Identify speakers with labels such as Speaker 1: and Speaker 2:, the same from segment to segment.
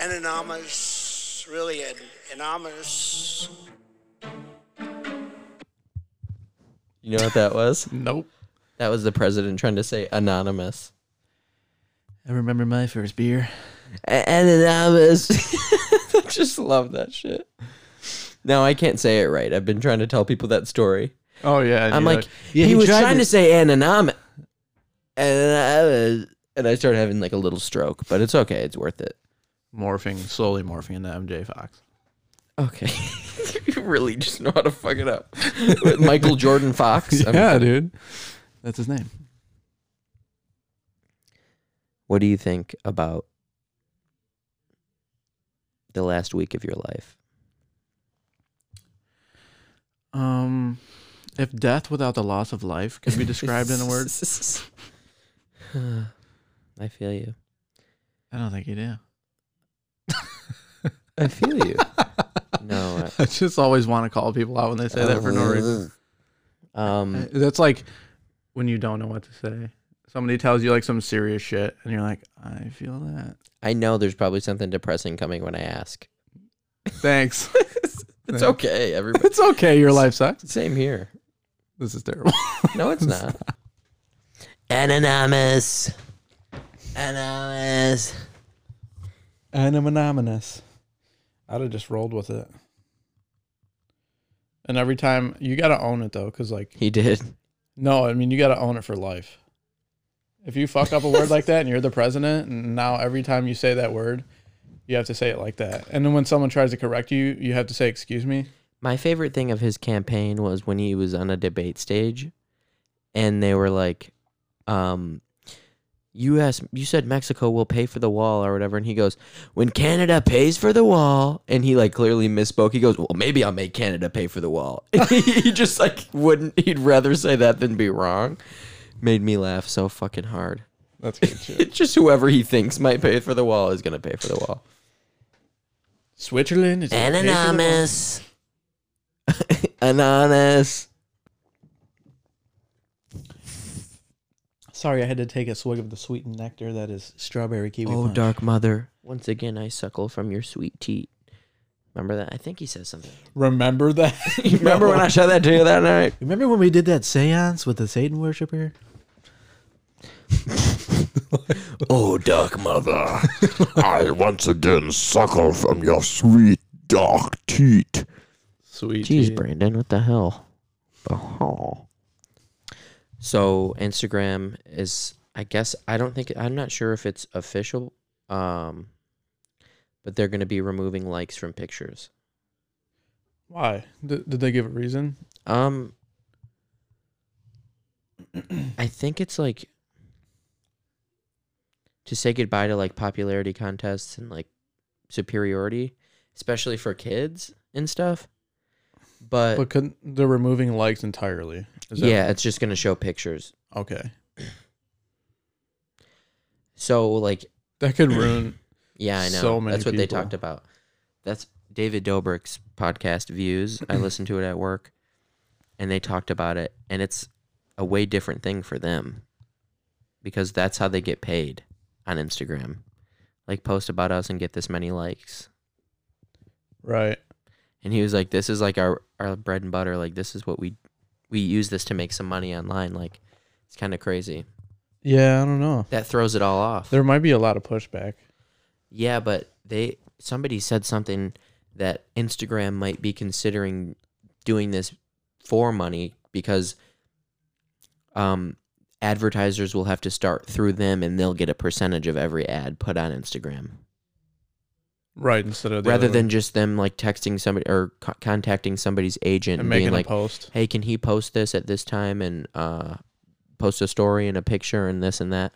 Speaker 1: an anonymous, really an anonymous.
Speaker 2: You know what that was?
Speaker 3: Nope.
Speaker 2: that was the president trying to say anonymous.
Speaker 3: I remember my first beer.
Speaker 2: Anonymous. I just love that shit. No, I can't say it right. I've been trying to tell people that story.
Speaker 3: Oh yeah.
Speaker 2: I'm
Speaker 3: you're
Speaker 2: like, he, was trying to, say anonymous. Anonymous. And I started having like a little stroke, but it's okay. It's worth it.
Speaker 3: morphing slowly morphing into MJ Fox.
Speaker 2: Okay. you really just know how to fuck it up. With Michael Jordan Fox. I mean,
Speaker 3: dude. That's his name.
Speaker 2: what do you think about the last week of your life?
Speaker 3: Um, if death without the loss of life could be described in a word,
Speaker 2: I feel you.
Speaker 3: I don't think you do.
Speaker 2: I feel you. no. I-
Speaker 3: I just always want to call people out when they say that for no reason.
Speaker 2: Um,
Speaker 3: Uh, That's like when you don't know what to say. Somebody tells you like some serious shit, and you're like, I feel that.
Speaker 2: I know there's probably something depressing coming when I ask.
Speaker 3: Thanks.
Speaker 2: It's
Speaker 3: Yeah.
Speaker 2: okay, everybody.
Speaker 3: it's okay. Your life sucks.
Speaker 2: Same here.
Speaker 3: This is terrible.
Speaker 2: No, it's not. Anonymous. Anonymous.
Speaker 3: Anonymous. I'd have just rolled with it. And every time you got to own it though, because like,
Speaker 2: He did.
Speaker 3: no, I mean, you got to own it for life. If you fuck up a word like that and you're the president, and now every time you say that word, you have to say it like that. And then when someone tries to correct you, you have to say, Excuse me.
Speaker 2: My favorite thing of his campaign was when he was on a debate stage and they were like, um, you asked, you said Mexico will pay for the wall or whatever. And he goes, when Canada pays for the wall. And he like clearly misspoke. He goes, well, maybe I'll make Canada pay for the wall. he just like wouldn't, he'd rather say that than be wrong. Made me laugh so fucking hard.
Speaker 3: That's good shit.
Speaker 2: It's just whoever he thinks might pay for the wall is going to pay for the wall.
Speaker 3: Switzerland is
Speaker 2: Anonymous. Anonymous.
Speaker 3: Sorry, I had to take a swig of the sweetened nectar that is strawberry kiwi.
Speaker 2: Oh,
Speaker 3: punch.
Speaker 2: dark mother. Once again, I suckle from your sweet teat. Remember that? I think he says something.
Speaker 3: Remember that?
Speaker 2: Remember when I showed that to you that night?
Speaker 3: Remember when we did that séance with the Satan worshiper?
Speaker 4: Oh, dark mother, I once again suckle from your sweet dark teat.
Speaker 3: Sweet.
Speaker 2: Jeez,
Speaker 3: tea.
Speaker 2: Brandon, what the hell? The hell? So Instagram is, I guess, I don't think, I'm not sure if it's official, um, but they're going to be removing likes from pictures.
Speaker 3: Why? Did, did they give a reason?
Speaker 2: Um, I think it's like to say goodbye to like popularity contests and like superiority, especially for kids and stuff. But,
Speaker 3: But couldn't they're removing likes entirely? Is that-
Speaker 2: Uh, yeah, it's just gonna show pictures.
Speaker 3: Okay.
Speaker 2: So like,
Speaker 3: That could ruin.
Speaker 2: yeah, I know.
Speaker 3: So many
Speaker 2: That's what they
Speaker 3: people.
Speaker 2: talked about. That's David Dobrik's podcast, Views. I listened to it at work, and they talked about it, and it's a way different thing for them because that's how they get paid on Instagram. Like, post about us and get this many likes.
Speaker 3: right.
Speaker 2: And he was like, "This is like our our bread and butter. Like, this is what we we use this to make some money online. Like, it's kind of crazy.
Speaker 3: Yeah, I don't know.
Speaker 2: That throws it all off."
Speaker 3: There might be a lot of pushback.
Speaker 2: Yeah, but they somebody said something that Instagram might be considering doing this for money because um advertisers will have to start through them and they'll get a percentage of every ad put on Instagram
Speaker 3: Right. Instead of the
Speaker 2: rather
Speaker 3: other
Speaker 2: than
Speaker 3: way.
Speaker 2: just them like texting somebody or co- contacting somebody's agent
Speaker 3: and
Speaker 2: and
Speaker 3: making
Speaker 2: being like
Speaker 3: a post.
Speaker 2: hey can he post this at this time and uh post a story and a picture and this and that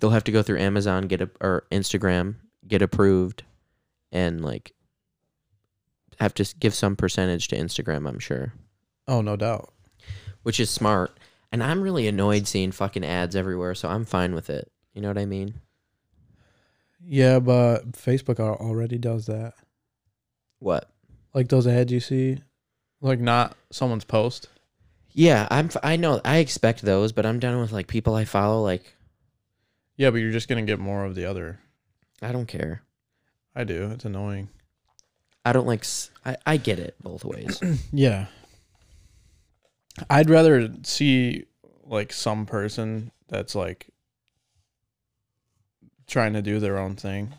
Speaker 2: they'll have to go through amazon get a or instagram get approved and like have to s- give some percentage to instagram i'm sure
Speaker 3: Oh, no doubt.
Speaker 2: which is smart and i'm really annoyed seeing fucking ads everywhere so i'm fine with it you know what i mean
Speaker 3: Yeah, but Facebook al- already does that.
Speaker 2: what
Speaker 3: Like those ads you see, like not someone's post.
Speaker 2: yeah i'm f- i know i expect those but i'm done with like people i follow like
Speaker 3: Yeah, but you're just gonna get more of the other.
Speaker 2: i don't care
Speaker 3: I do. It's annoying.
Speaker 2: I don't like. s- I, I get it both ways.
Speaker 3: Yeah. I'd rather see like some person that's like trying to do their own thing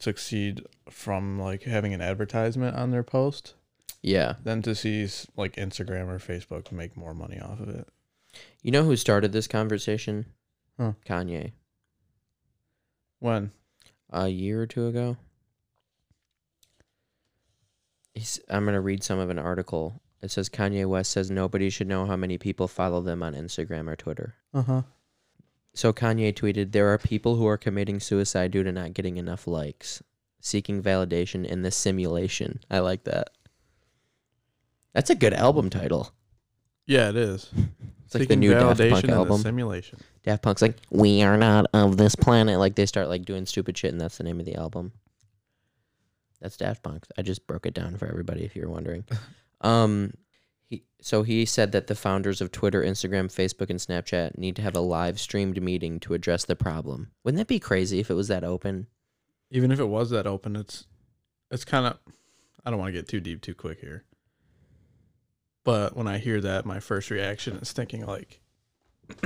Speaker 3: succeed from like having an advertisement on their post
Speaker 2: yeah.
Speaker 3: than to see s- like Instagram or Facebook make more money off of it.
Speaker 2: You know who started this conversation?
Speaker 3: Huh.
Speaker 2: Kanye.
Speaker 3: When?
Speaker 2: A year or two ago. He's, I'm going to read some of an article. It says Kanye West says nobody should know how many people follow them on Instagram or Twitter.
Speaker 3: Uh huh.
Speaker 2: So Kanye tweeted, There are people who are committing suicide due to not getting enough likes, seeking validation in the simulation. I like that. That's a good album title.
Speaker 3: Yeah, it is.
Speaker 2: It's like the new Daft Punk album.
Speaker 3: simulation.
Speaker 2: Daft Punk's like, We are not of this planet. Like they start like doing stupid shit and that's the name of the album. That's Daft Punk. I just broke it down for everybody if you're wondering. Um he so he said that the founders of Twitter, Instagram, Facebook, and Snapchat need to have a live streamed meeting to address the problem. Wouldn't that be crazy if it was that open?
Speaker 3: Even if it was that open, it's it's kind of I don't want to get too deep too quick here. But when I hear that, my first reaction is thinking like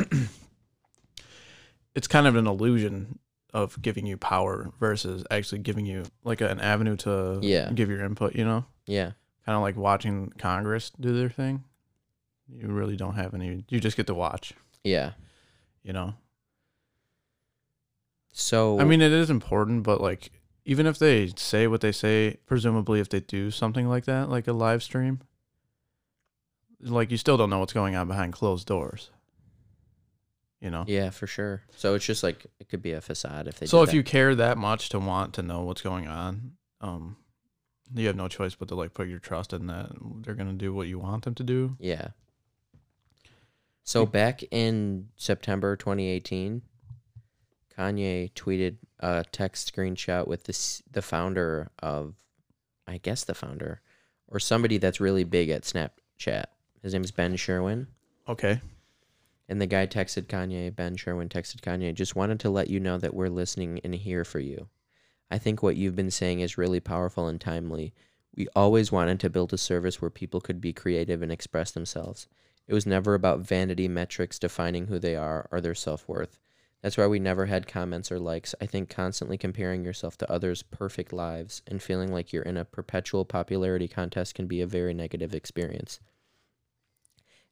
Speaker 3: it's kind of an illusion of giving you power versus actually giving you like an avenue to
Speaker 2: Yeah.
Speaker 3: give your input, you know?
Speaker 2: Yeah.
Speaker 3: Kind of like watching Congress do their thing. You really don't have any you just get to watch,
Speaker 2: Yeah.
Speaker 3: you know?
Speaker 2: So
Speaker 3: I mean, it is important, but like, even if they say what they say, presumably if they do something like that, like a live stream, like you still don't know what's going on behind closed doors. You know.
Speaker 2: Yeah, for sure. So it's just like it could be a facade if they
Speaker 3: so
Speaker 2: did
Speaker 3: if
Speaker 2: that.
Speaker 3: you care that much to want to know what's going on, um, you have no choice but to like put your trust in that they're gonna do what you want them to do.
Speaker 2: Yeah. So back in September 2018, Kanye tweeted a text screenshot with this the founder of I guess the founder or somebody that's really big at Snapchat. His name's Ben Sherwin.
Speaker 3: Okay.
Speaker 2: And the guy texted Kanye, Ben Sherwin texted Kanye, just wanted to let you know that we're listening and here for you. I think what you've been saying is really powerful and timely. We always wanted to build a service where people could be creative and express themselves. It was never about vanity metrics defining who they are or their self worth. That's why we never had comments or likes. I think constantly comparing yourself to others' perfect lives and feeling like you're in a perpetual popularity contest can be a very negative experience.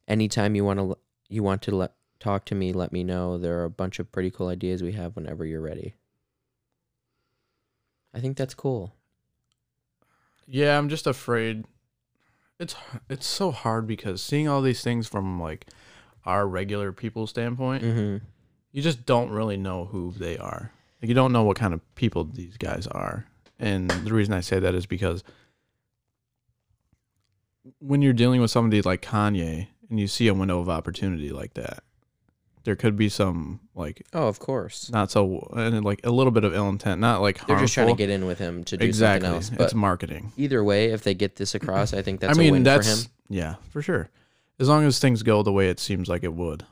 Speaker 2: Anytime you want to you want to let, talk to me, let me know. There are a bunch of pretty cool ideas we have whenever you're ready. I think that's cool.
Speaker 3: Yeah, I'm just afraid. It's it's so hard because seeing all these things from like our regular people standpoint.
Speaker 2: hmm
Speaker 3: you just don't really know who they are. Like you don't know what kind of people these guys are. And the reason I say that is because when you're dealing with somebody like Kanye and you see a window of opportunity like that, there could be some like
Speaker 2: Oh, of course.
Speaker 3: not so and then, like a little bit of ill intent, not like harmful.
Speaker 2: They're just trying to get in with him to do
Speaker 3: exactly.
Speaker 2: something else. But
Speaker 3: it's marketing.
Speaker 2: either way, if they get this across, I think that's
Speaker 3: I mean,
Speaker 2: a win
Speaker 3: that's
Speaker 2: for him.
Speaker 3: yeah, for sure. As long as things go the way it seems like it would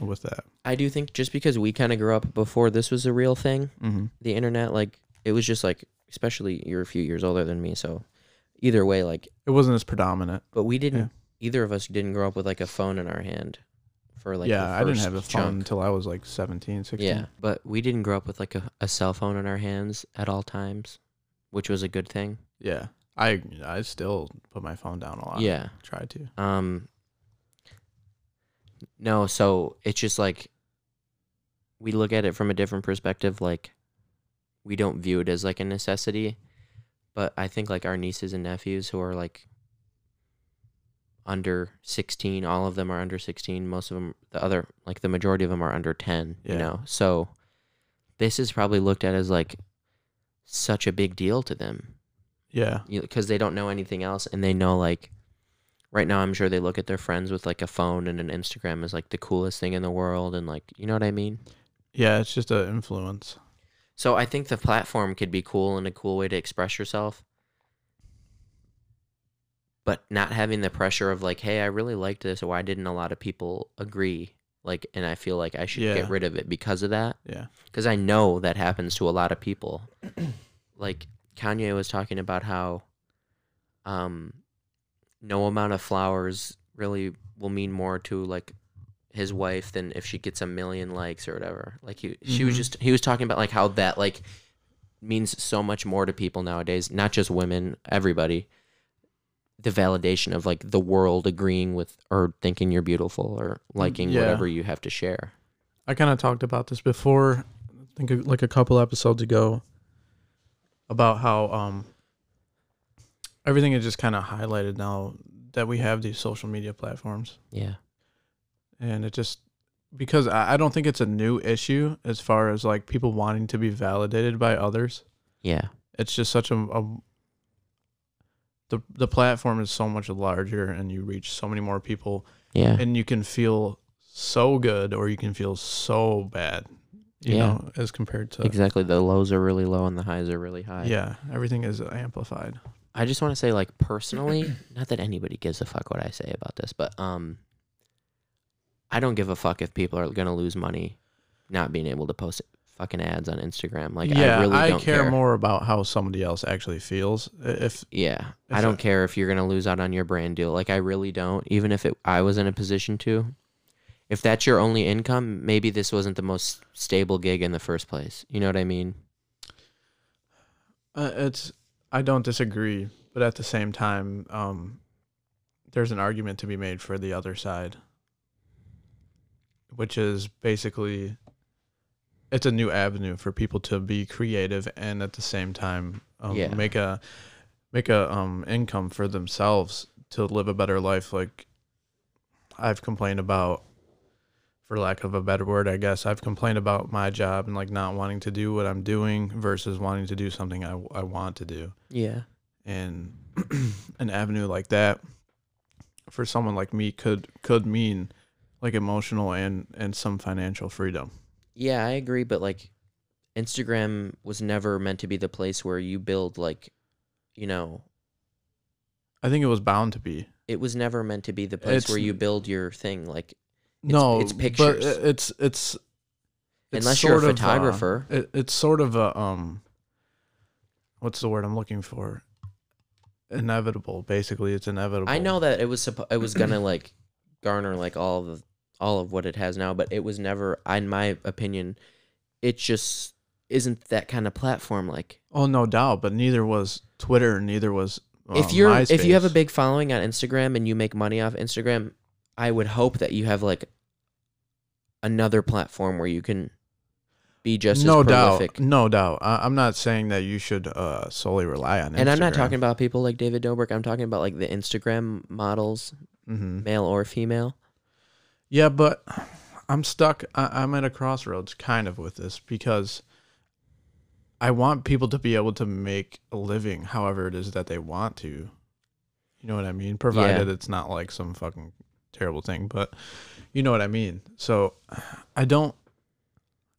Speaker 3: with that.
Speaker 2: I do think just because we kind of grew up before this was a real thing,
Speaker 3: Mm-hmm.
Speaker 2: the internet, like it was just like, especially you're a few years older than me, so either way, like
Speaker 3: It wasn't as predominant.
Speaker 2: But we didn't. Either of us didn't grow up with like a phone in our hand for like.
Speaker 3: yeah,
Speaker 2: the
Speaker 3: I didn't
Speaker 2: first
Speaker 3: have a phone
Speaker 2: chunk.
Speaker 3: until I was like 17, 16.
Speaker 2: Yeah, but we didn't grow up with like a, a cell phone in our hands at all times, which was a good thing.
Speaker 3: Yeah. I I still put my phone down a lot.
Speaker 2: Yeah.
Speaker 3: Try to.
Speaker 2: Um. No, so it's just like we look at it from a different perspective. Like we don't view it as like a necessity, but I think like our nieces and nephews who are like under 16 all of them are under 16 most of them the other like the majority of them are under 10
Speaker 3: Yeah.
Speaker 2: you know so this is probably looked at as like such a big deal to them
Speaker 3: Yeah.
Speaker 2: because they don't know anything else and they know like right now i'm sure they look at their friends with like a phone and an instagram as like the coolest thing in the world and like you know what i mean
Speaker 3: Yeah, it's just an influence.
Speaker 2: so i think the platform could be cool and a cool way to express yourself but not having the pressure of like hey i really liked this why didn't a lot of people agree like and i feel like i should
Speaker 3: Yeah.
Speaker 2: get rid of it because of that
Speaker 3: Yeah.
Speaker 2: because i know that happens to a lot of people like Kanye was talking about how um no amount of flowers really will mean more to like his wife than if she gets a million likes or whatever. Like he she was
Speaker 5: Mhm.
Speaker 2: just he was talking about like how that like means so much more to people nowadays, not just women, everybody. The validation of like the world agreeing with or thinking you're beautiful or liking
Speaker 5: yeah.
Speaker 2: whatever you have to share.
Speaker 3: I kind of talked about this before, I think uh, like a couple episodes ago, about how um everything is just kind of highlighted now that we have these social media platforms,
Speaker 2: Yeah.
Speaker 3: and it just because I, I don't think it's a new issue as far as like people wanting to be validated by others.
Speaker 2: Yeah.
Speaker 3: It's just such a, a the the platform is so much larger, and you reach so many more people,
Speaker 2: Yeah.
Speaker 3: and you can feel so good or you can feel so bad you
Speaker 2: Yeah.
Speaker 3: know as compared to
Speaker 2: Exactly. The lows are really low and the highs are really high.
Speaker 3: yeah everything is amplified
Speaker 2: I just want to say, like, personally, not that anybody gives a fuck what I say about this, but um, I don't give a fuck if people are gonna lose money not being able to post fucking ads on Instagram. Like,
Speaker 3: yeah
Speaker 2: I really don't
Speaker 3: care, more about how somebody else actually feels I- if
Speaker 2: Yeah, I
Speaker 3: If
Speaker 2: don't
Speaker 3: I-
Speaker 2: care if you're gonna lose out on your brand deal. Like, I really don't. Even if it, I was in a position to. If that's your only income, maybe this wasn't the most stable gig in the first place. You know what I mean?
Speaker 3: uh, it's i don't disagree but at the same time um there's an argument to be made for the other side which is basically it's a new avenue for people to be creative and at the same time um,
Speaker 2: Yeah.
Speaker 3: make a make a um, income for themselves to live a better life like i've complained about for lack of a better word i guess i've complained about my job and like not wanting to do what i'm doing versus wanting to do something i, I want to do
Speaker 2: Yeah.
Speaker 3: and an avenue like that for someone like me could could mean like emotional and and some financial freedom.
Speaker 2: Yeah, I agree, but like Instagram was never meant to be the place where you build like you know,
Speaker 3: I think it was bound to be.
Speaker 2: it was never meant to be the place
Speaker 3: It's-
Speaker 2: where you build your thing like
Speaker 3: no,
Speaker 2: it's
Speaker 3: but
Speaker 2: pictures.
Speaker 3: it- it's it's, it's
Speaker 2: Unless you're a
Speaker 3: sort of, uh,
Speaker 2: photographer.
Speaker 3: it, it's sort of a um what's the word I'm looking for? Inevitable. Basically, it's inevitable.
Speaker 2: I know that it was suppo- it was going to like garner like all of all of what it has now, but it was never in my opinion it just isn't that kind of platform like
Speaker 3: Oh, no doubt, but neither was Twitter, neither was
Speaker 2: if
Speaker 3: uh,
Speaker 2: you're if you have a
Speaker 3: MySpace.
Speaker 2: big following on Instagram and you make money off Instagram, I would hope that you have like another platform where you can be just
Speaker 3: no
Speaker 2: as prolific.
Speaker 3: doubt, no doubt. I, I'm not saying that you should uh, solely rely on.
Speaker 2: And I'm not talking about people like David Dobrik. I'm talking about like the Instagram models,
Speaker 3: hmm
Speaker 2: male or female.
Speaker 3: Yeah, but I'm stuck. I, I'm at a crossroads, kind of, with this because I want people to be able to make a living, however it is that they want to. You know what I mean? Provided it's not like some fucking terrible thing, but you know what I mean. So I don't,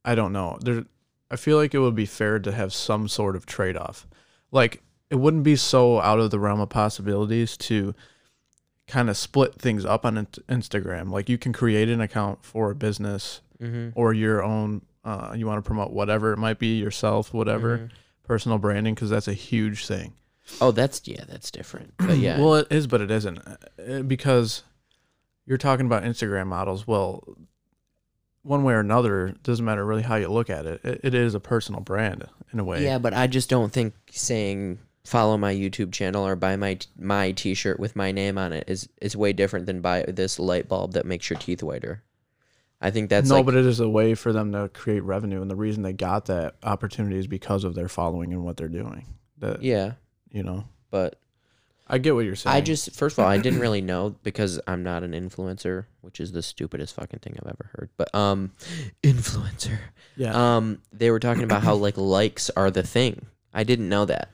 Speaker 3: I don't know. There, I feel like it would be fair to have some sort of trade off. Like it wouldn't be so out of the realm of possibilities to kind of split things up on Int- Instagram. Like you can create an account for a business
Speaker 2: Mm-hmm.
Speaker 3: or your own. Uh, you want to promote whatever it might be yourself, whatever personal branding, because that's a huge thing.
Speaker 2: Oh, that's yeah, that's different. But yeah,
Speaker 3: Well, it is, but it isn't Uh, because you're talking about Instagram models. Well, one way or another, doesn't matter really how you look at it. It, it is a personal brand in a way.
Speaker 2: yeah, but I just don't think saying follow my YouTube channel or buy my t- my T-shirt with my name on it is is way different than buy this light bulb that makes your teeth whiter. I think that's
Speaker 3: no,
Speaker 2: like,
Speaker 3: but it is a way for them to create revenue, and the reason they got that opportunity is because of their following and what they're doing. That
Speaker 2: yeah,
Speaker 3: you know,
Speaker 2: but
Speaker 3: I get what you're saying.
Speaker 2: I just first of all I didn't really know because I'm not an influencer, which is the stupidest fucking thing I've ever heard. But um, influencer.
Speaker 3: yeah.
Speaker 2: Um, they were talking about how like likes are the thing. I didn't know that.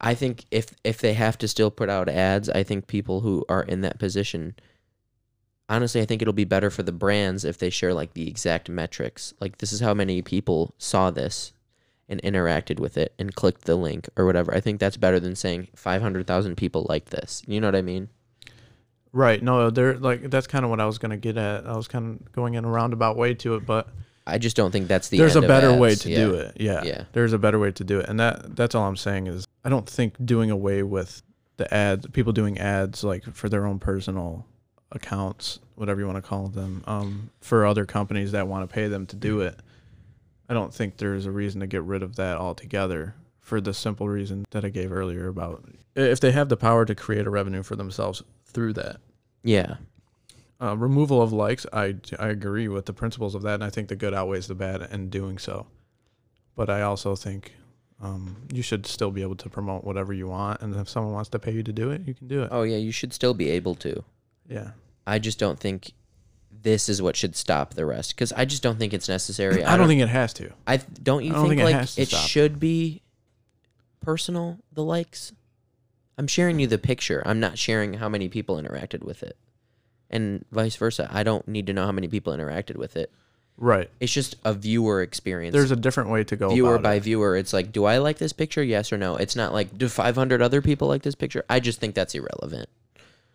Speaker 2: I think if if they have to still put out ads, I think people who are in that position, honestly, I think it'll be better for the brands if they share like the exact metrics. Like this is how many people saw this and interacted with it and clicked the link or whatever. I think that's better than saying five hundred thousand people like this. You know what I mean?
Speaker 3: right. No, they're like that's kind of what I was gonna get at. I was kind of going in a roundabout way to it, but
Speaker 2: I just don't think that's the.
Speaker 3: there's a
Speaker 2: end of
Speaker 3: better way
Speaker 2: ads.
Speaker 3: to
Speaker 2: Yeah.
Speaker 3: do it. Yeah.
Speaker 2: Yeah.
Speaker 3: There's a better way to do it. And that that's all I'm saying is I don't think doing away with the ads, people doing ads like for their own personal accounts, whatever you want to call them, um, for other companies that want to pay them to do it. I don't think there's a reason to get rid of that altogether for the simple reason that I gave earlier about if they have the power to create a revenue for themselves through that
Speaker 2: Yeah.
Speaker 3: uh, removal of likes, I, I agree with the principles of that, and I think the good outweighs the bad in doing so. But I also think um, you should still be able to promote whatever you want, and if someone wants to pay you to do it, you can do it.
Speaker 2: Oh yeah, you should still be able to.
Speaker 3: Yeah,
Speaker 2: I just don't think this is what should stop the rest because I just don't think it's necessary.
Speaker 3: I don't think it has to.
Speaker 2: I th- don't you
Speaker 3: I don't
Speaker 2: think,
Speaker 3: think it
Speaker 2: like
Speaker 3: has
Speaker 2: it,
Speaker 3: to stop.
Speaker 2: should be personal the likes? I'm sharing you the picture. I'm not sharing how many people interacted with it. And vice versa. I don't need to know how many people interacted with it.
Speaker 3: Right.
Speaker 2: It's just a viewer experience.
Speaker 3: There's a different way to go.
Speaker 2: viewer
Speaker 3: about
Speaker 2: by
Speaker 3: it.
Speaker 2: viewer. It's like, do I like this picture? Yes or no. It's not like do 500 other people like this picture? I just think that's irrelevant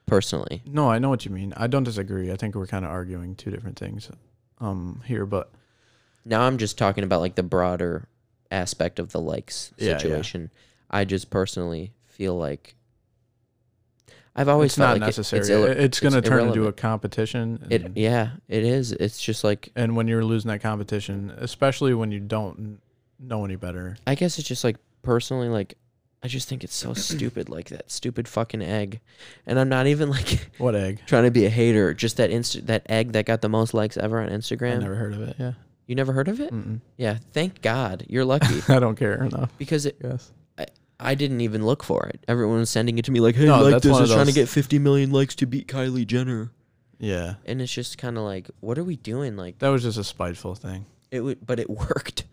Speaker 2: personally.
Speaker 3: No, I know what you mean. I don't disagree. I think we're kind of arguing two different things um, here, but
Speaker 2: Now I'm just talking about like the broader aspect of the likes
Speaker 3: Yeah, yeah.
Speaker 2: situation. I just personally feel like I've always
Speaker 3: it's
Speaker 2: felt like
Speaker 3: not
Speaker 2: it-
Speaker 3: necessary.
Speaker 2: it's,
Speaker 3: it's
Speaker 2: ille-
Speaker 3: going to
Speaker 2: it's
Speaker 3: turn into a
Speaker 2: irrelevant.
Speaker 3: competition.
Speaker 2: It, yeah, it is. It's just like
Speaker 3: and when you're losing that competition, especially when you don't know any better,
Speaker 2: I guess it's just like personally like I just think it's so stupid like that stupid fucking egg. And I'm not even like
Speaker 3: what egg?
Speaker 2: trying to be a hater, just that inst- that egg that got the most likes ever on
Speaker 3: I
Speaker 2: Instagram.
Speaker 3: never Mm. heard of it. Yeah.
Speaker 2: You never heard of it?
Speaker 3: Mm-mm.
Speaker 2: Yeah, thank God. You're lucky
Speaker 3: I don't care enough.
Speaker 2: because it,
Speaker 3: Yes.
Speaker 2: I didn't even look for it. Everyone was sending it to me like, "Hey,
Speaker 3: No,
Speaker 2: you like
Speaker 3: that's
Speaker 2: this.
Speaker 3: one
Speaker 2: It's
Speaker 3: of
Speaker 2: trying to
Speaker 3: those-
Speaker 2: get 50 million likes to beat Kylie Jenner."
Speaker 3: Yeah.
Speaker 2: And it's just kind of like, what are we doing? Like
Speaker 3: That was just a spiteful thing.
Speaker 2: it would, but it worked.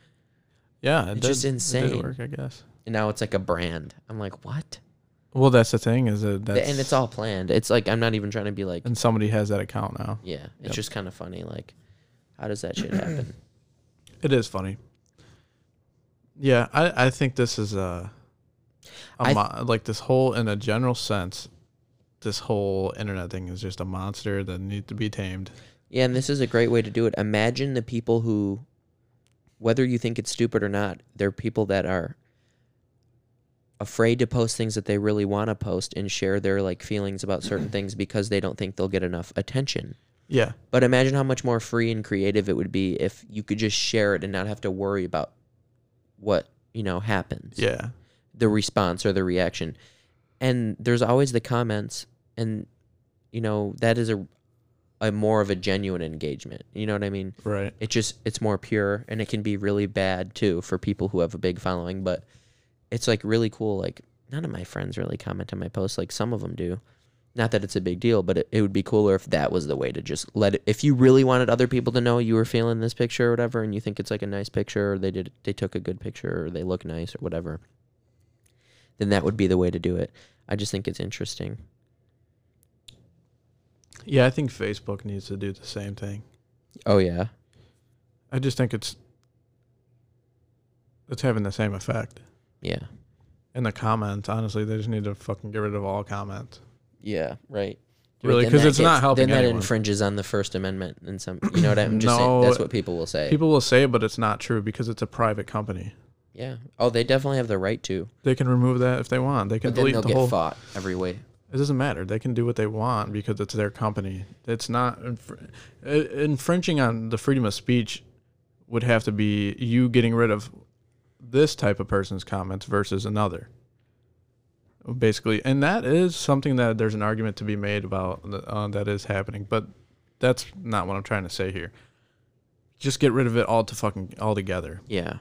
Speaker 3: Yeah. It
Speaker 2: It's just
Speaker 3: did- It
Speaker 2: insane.
Speaker 3: did work, I guess.
Speaker 2: And now it's like a brand. I'm like, what?
Speaker 3: Well, that's the thing is that
Speaker 2: Th-
Speaker 3: that's,
Speaker 2: and it's all planned. It's like I'm not even trying to be like,
Speaker 3: and somebody has that account now.
Speaker 2: yeah. It's
Speaker 3: Yep.
Speaker 2: just kind of funny. Like, how does that shit happen?
Speaker 3: It is funny. Yeah, I, I think this is a, a
Speaker 2: I-
Speaker 3: mo- like this whole in a general sense, this whole internet thing is just a monster that needs to be tamed.
Speaker 2: Yeah, and this is a great way to do it. Imagine the people who, whether you think it's stupid or not, they're people that are afraid to post things that they really want to post and share their like feelings about certain things because they don't think they'll get enough attention.
Speaker 3: Yeah,
Speaker 2: But imagine how much more free and creative it would be if you could just share it and not have to worry about what, you know, happens
Speaker 3: yeah,
Speaker 2: the response or the reaction. And there's always the comments and you know, that is a a more of a genuine engagement. You know what I mean?
Speaker 3: right.
Speaker 2: It just it's more pure and it can be really bad too for people who have a big following, but it's like really cool like none of my friends really comment on my posts like some of them do. Not that it's a big deal, but it, it would be cooler if that was the way to just let it. If you really wanted other people to know you were feeling this picture or whatever, and you think it's like a nice picture, or they did, they took a good picture, or they look nice or whatever, then that would be the way to do it. I just think it's interesting.
Speaker 3: Yeah, I think Facebook needs to do the same thing.
Speaker 2: Oh yeah,
Speaker 3: I just think it's it's having the same effect.
Speaker 2: yeah,
Speaker 3: And the comments, honestly, they just need to fucking get rid of all comments.
Speaker 2: yeah, right. But
Speaker 3: Really,
Speaker 2: then
Speaker 3: because
Speaker 2: that
Speaker 3: it's not
Speaker 2: gets-
Speaker 3: helping
Speaker 2: Then that
Speaker 3: anyone.
Speaker 2: infringes on the First Amendment and some. You know what I'm just saying?
Speaker 3: No,
Speaker 2: That's what people will say.
Speaker 3: People will say, it, but it's not true because it's a private company.
Speaker 2: yeah. Oh, they definitely have the right to,
Speaker 3: They can remove that if they want. They can
Speaker 2: but then
Speaker 3: delete
Speaker 2: they'll
Speaker 3: the
Speaker 2: get
Speaker 3: whole.
Speaker 2: fought every way.
Speaker 3: It doesn't matter. They can do what they want because it's their company. It's not infr- uh, infringing on the freedom of speech. Would have to be you getting rid of this type of person's comments versus another. Basically, and that is something that there's an argument to be made about uh, that is happening, but that's not what I'm trying to say here. Just get rid of it all to fucking altogether.
Speaker 2: Yeah,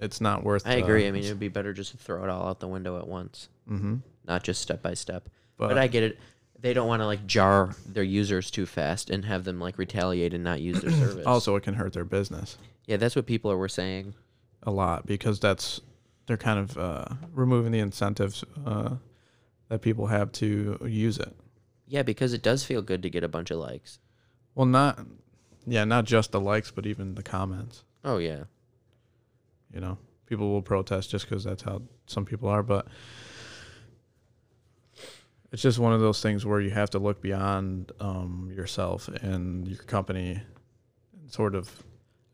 Speaker 3: It's not worth. uh,
Speaker 2: I agree. I mean, it would be better just to throw it all out the window at once,
Speaker 3: mm-hmm.
Speaker 2: not just step by step.
Speaker 3: but,
Speaker 2: But I get it. They don't want to like jar their users too fast and have them like retaliate and not use their service.
Speaker 3: also it can hurt their business.
Speaker 2: yeah, that's what people were saying.
Speaker 3: a lot because that's they're kind of uh, removing the incentives uh, that people have to use it.
Speaker 2: Yeah, because it does feel good to get a bunch of likes.
Speaker 3: Well, not yeah, not just the likes, but even the comments.
Speaker 2: Oh yeah,
Speaker 3: You know, people will protest just because that's how some people are. But it's just one of those things where you have to look beyond um, yourself and your company, and sort of.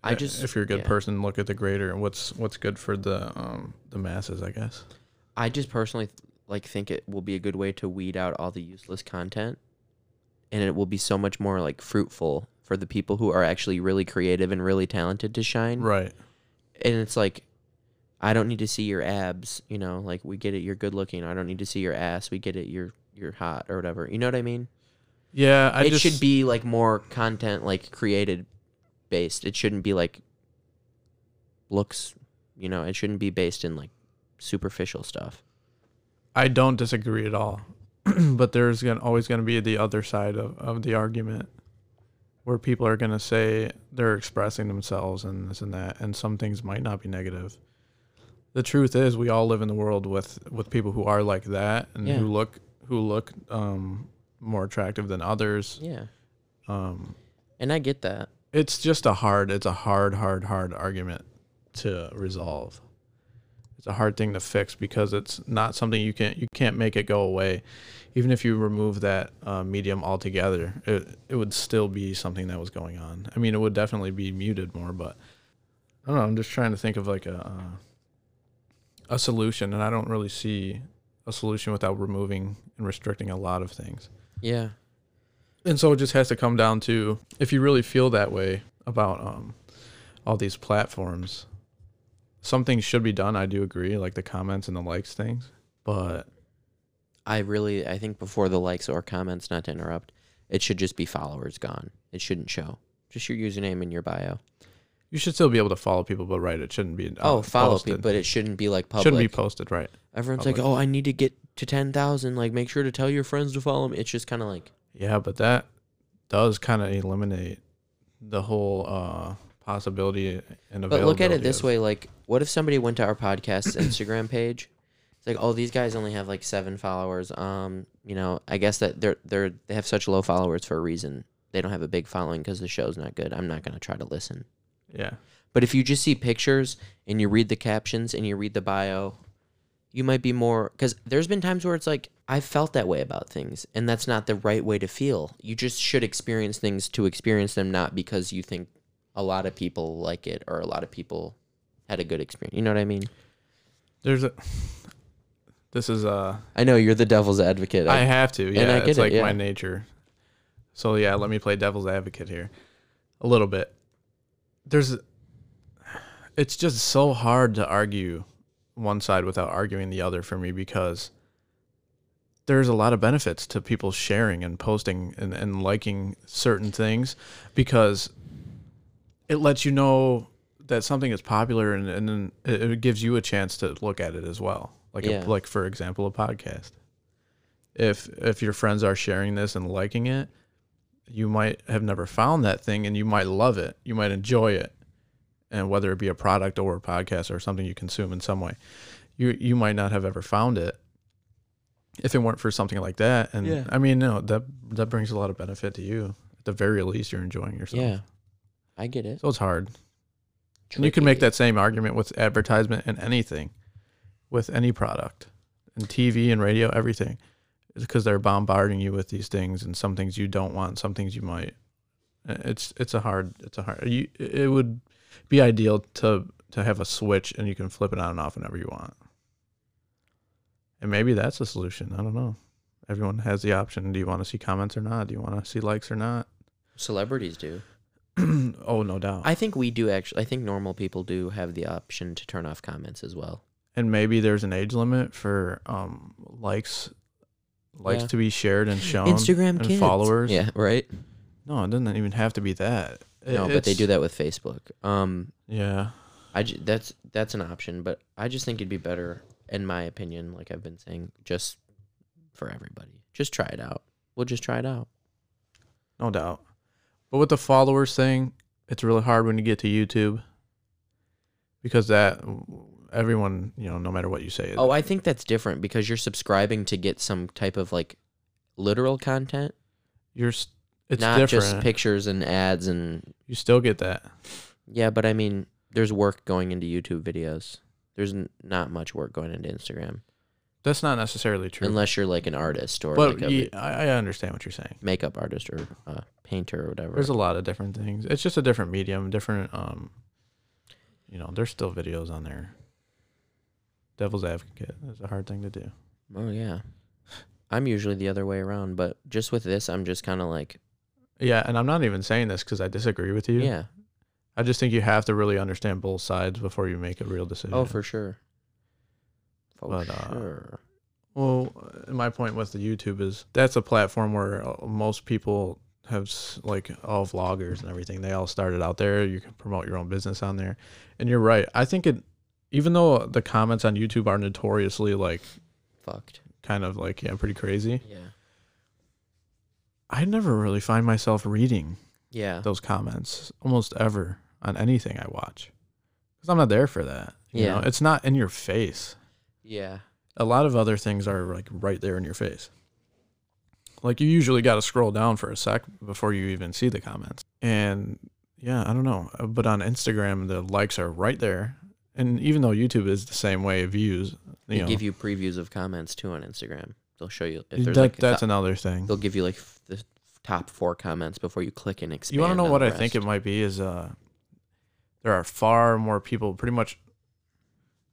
Speaker 2: I just
Speaker 3: if you're a good
Speaker 2: yeah.
Speaker 3: person, look at the greater and what's what's good for the um the masses, I guess.
Speaker 2: Mm-hmm. I just personally th- like think it will be a good way to weed out all the useless content, and it will be so much more like fruitful for the people who are actually really creative and really talented to shine.
Speaker 3: Right.
Speaker 2: And it's like, I don't need to see your abs. You know, like we get it. You're good looking. I don't need to see your ass. We get it. You're you're hot or whatever. You know what I mean?
Speaker 3: Yeah, I
Speaker 2: it
Speaker 3: just
Speaker 2: should be like more content like created based. It shouldn't be like looks. You know, it shouldn't be based in like superficial stuff.
Speaker 3: I don't disagree at all. but there's gonna, always going to be the other side of, of the argument where people are going to say they're expressing themselves and this and that, and some things might not be negative. The truth is, we all live in the world with, with people who are like that and
Speaker 2: Yeah.
Speaker 3: who look who look um, more attractive than others.
Speaker 2: Yeah.
Speaker 3: Um,
Speaker 2: And I get that.
Speaker 3: it's just a hard it's a hard hard hard argument to resolve it's a hard thing to fix because it's not something you can you can't make it go away even if you remove that uh, medium altogether it, it would still be something that was going on i mean it would definitely be muted more but i don't know i'm just trying to think of like a uh, a solution and i don't really see a solution without removing and restricting a lot of things
Speaker 2: Yeah.
Speaker 3: and so it just has to come down to if you really feel that way about um, all these platforms, some things should be done. I do agree, like the comments and the likes things. But
Speaker 2: I really I think before the likes or comments, not to interrupt, it should just be followers gone. It shouldn't show. Just your username and your bio.
Speaker 3: you should still be able to follow people, but right, it shouldn't be. uh,
Speaker 2: oh, follow
Speaker 3: posted.
Speaker 2: people, but it shouldn't be like public.
Speaker 3: shouldn't be posted, right?
Speaker 2: Everyone's like,
Speaker 3: public.
Speaker 2: "Oh, I need to get to 10,000. Like make sure to tell your friends to follow me." It's just kind of like
Speaker 3: Yeah, but that does kind of eliminate the whole uh, possibility and availability.
Speaker 2: But look at it this
Speaker 3: of-
Speaker 2: way: like, what if somebody went to our podcast's Instagram page? It's like, oh, these guys only have like seven followers. Um, you know, I guess that they're they're they have such low followers for a reason. They don't have a big following because the show's not good. I'm not gonna try to listen.
Speaker 3: Yeah,
Speaker 2: But if you just see pictures and you read the captions and you read the bio, you might be more because there's been times where it's like I felt that way about things, and that's not the right way to feel. You just should experience things to experience them, not because you think a lot of people like it or a lot of people had a good experience. You know what I mean?
Speaker 3: there's a. This is uh
Speaker 2: I know you're the devil's advocate.
Speaker 3: I have to. Yeah,
Speaker 2: I get
Speaker 3: it's
Speaker 2: it,
Speaker 3: like
Speaker 2: yeah.
Speaker 3: my nature. So yeah, let me play devil's advocate here, a little bit. There's, it's just so hard to argue one side without arguing the other for me because there's a lot of benefits to people sharing and posting and, and liking certain things because it lets you know that something is popular and, and then it it gives you a chance to look at it as well. Like,
Speaker 2: Yeah.
Speaker 3: a, like for example, a podcast. If, if your friends are sharing this and liking it, you might have never found that thing and you might love it. You might enjoy it. And whether it be a product or a podcast or something you consume in some way, you, you might not have ever found it if it weren't for something like that. And
Speaker 2: Yeah.
Speaker 3: I mean, no, that, that brings a lot of benefit to you. At the very least, you're enjoying yourself.
Speaker 2: yeah, I get it.
Speaker 3: So it's hard. And you can make
Speaker 2: Tricky.
Speaker 3: that same argument with advertisement and anything, with any product, and TV and radio, everything, because they're bombarding you with these things and some things you don't want, some things you might. It's it's a hard it's a hard. You it would be ideal to to have a switch and you can flip it on and off whenever you want. And maybe that's the solution. I don't know. Everyone has the option. Do you want to see comments or not? Do you want to see likes or not?
Speaker 2: celebrities do.
Speaker 3: oh, no doubt.
Speaker 2: I think we do actually. I think normal people do have the option to turn off comments as well.
Speaker 3: and maybe there's an age limit for um likes likes
Speaker 2: Yeah.
Speaker 3: to be shared and shown
Speaker 2: Instagram
Speaker 3: and
Speaker 2: kids.
Speaker 3: followers
Speaker 2: Yeah, right.
Speaker 3: no it doesn't even have to be that It-
Speaker 2: No, but they
Speaker 3: it's-
Speaker 2: do that with Facebook. Um,
Speaker 3: yeah
Speaker 2: I ju- that's that's an option, but I just think it'd be better, in my opinion, like I've been saying, just for everybody. Just try it out. We'll just try it out.
Speaker 3: no doubt but with the followers thing it's really hard when you get to youtube because that everyone you know no matter what you say it-
Speaker 2: Oh, I think that's different because you're subscribing to get some type of like literal content,
Speaker 3: you're s- it's
Speaker 2: not
Speaker 3: different
Speaker 2: just pictures and ads and
Speaker 3: you still get that
Speaker 2: yeah. But I mean, there's work going into YouTube videos. There's n- not much work going into Instagram.
Speaker 3: That's not necessarily true.
Speaker 2: unless you're like an artist or
Speaker 3: but
Speaker 2: like a
Speaker 3: ye- I, I understand what you're saying.
Speaker 2: makeup artist or uh, painter or whatever.
Speaker 3: There's a lot of different things. It's just a different medium, different. Um, you know, there's still videos on there. Devil's advocate is a hard thing to do.
Speaker 2: oh yeah, I'm usually the other way around, but just with this, I'm just kind of like
Speaker 3: Yeah, and I'm not even saying this because I disagree with you.
Speaker 2: yeah,
Speaker 3: I just think you have to really understand both sides before you make a real decision.
Speaker 2: oh for sure, for
Speaker 3: But, uh,
Speaker 2: sure.
Speaker 3: Well, uh, my point with the YouTube is that's a platform where uh, most people have s- like all vloggers and everything. They all started out there. You can promote your own business on there, and you're right. I think it, even though the comments on YouTube are notoriously like
Speaker 2: Fucked.
Speaker 3: kind of like yeah, pretty crazy.
Speaker 2: Yeah.
Speaker 3: I never really find myself reading
Speaker 2: Yeah.
Speaker 3: those comments almost ever on anything I watch because I'm not there for that. You
Speaker 2: Yeah.
Speaker 3: know, it's not in your face.
Speaker 2: Yeah.
Speaker 3: a lot of other things are like right there in your face. Like you usually got to scroll down for a sec before you even see the comments. And yeah, I don't know, Uh, but on Instagram the likes are right there. And even though YouTube is the same way, views,
Speaker 2: They
Speaker 3: you know,
Speaker 2: give you previews of comments too on Instagram. They'll show you if
Speaker 3: that,
Speaker 2: there's like a
Speaker 3: that's
Speaker 2: thou-
Speaker 3: another thing.
Speaker 2: they'll give you like f- the top four comments before you click and expand.
Speaker 3: You want to know
Speaker 2: on
Speaker 3: what
Speaker 2: the
Speaker 3: I think it
Speaker 2: rest.
Speaker 3: might be is uh, there are far more people. Pretty much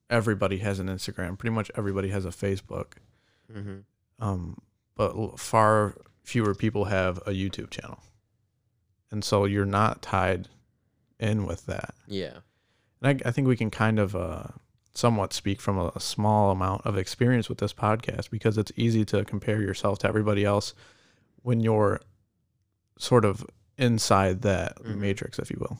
Speaker 3: everybody has an Instagram. Pretty much everybody has a Facebook.
Speaker 2: Mhm.
Speaker 3: um, but l- far fewer people have a YouTube channel, and so you're not tied in with that.
Speaker 2: Yeah.
Speaker 3: And I, I think we can kind of uh, somewhat speak from a, a small amount of experience with this podcast because it's easy to compare yourself to everybody else when you're sort of inside that
Speaker 2: Mhm.
Speaker 3: matrix, if you will.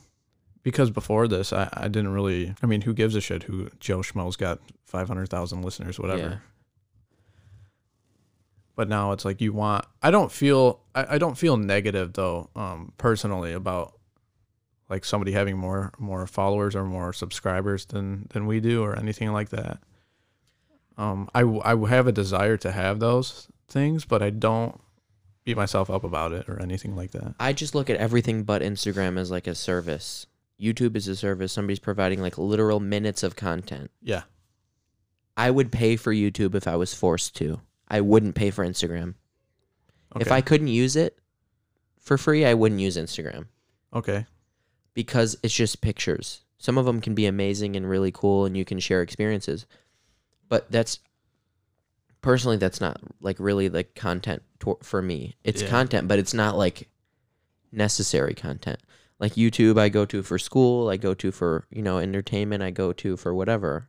Speaker 3: Because before this, I, I didn't really. I mean, who gives a shit who Joe Schmo's got 500,000 listeners, whatever.
Speaker 2: Yeah.
Speaker 3: But now it's like you want. I don't feel. I, I don't feel negative though, um, personally about like somebody having more more followers or more subscribers than than we do or anything like that. Um, I w- I w- have a desire to have those things, but I don't beat myself up about it or anything like that.
Speaker 2: I just look at everything but Instagram as like a service. YouTube is a service. Somebody's providing like literal minutes of content.
Speaker 3: Yeah,
Speaker 2: I would pay for YouTube if I was forced to. I wouldn't pay for Instagram. If
Speaker 3: Okay.
Speaker 2: I couldn't use it for free, I wouldn't use Instagram
Speaker 3: okay,
Speaker 2: because it's just pictures. Some of them can be amazing and really cool and you can share experiences. But that's personally that's not like really the content to- for me. It's
Speaker 3: Yeah.
Speaker 2: content, but it's not like necessary content. Like YouTube I go to for school, I go to for, you know, entertainment, I go to for whatever.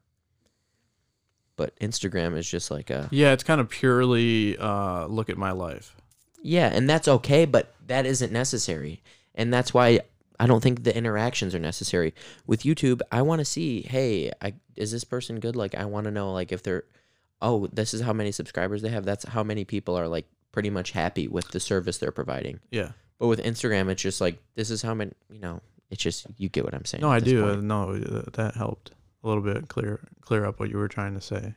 Speaker 2: But Instagram is just like a
Speaker 3: yeah, it's kind of purely uh, look at my life.
Speaker 2: yeah, and that's okay, but that isn't necessary. And that's why I don't think the interactions are necessary. With YouTube, I want to see, hey, I, is this person good? Like, I want to know, like, if they're, oh, this is how many subscribers they have. That's how many people are, like, pretty much happy with the service they're providing.
Speaker 3: Yeah,
Speaker 2: But with Instagram, it's just like, this is how many, you know, it's just, you get what I'm saying.
Speaker 3: no,
Speaker 2: at
Speaker 3: I
Speaker 2: this
Speaker 3: do.
Speaker 2: point.
Speaker 3: Uh, No, uh, that helped a little bit clear clear up what you were trying to say.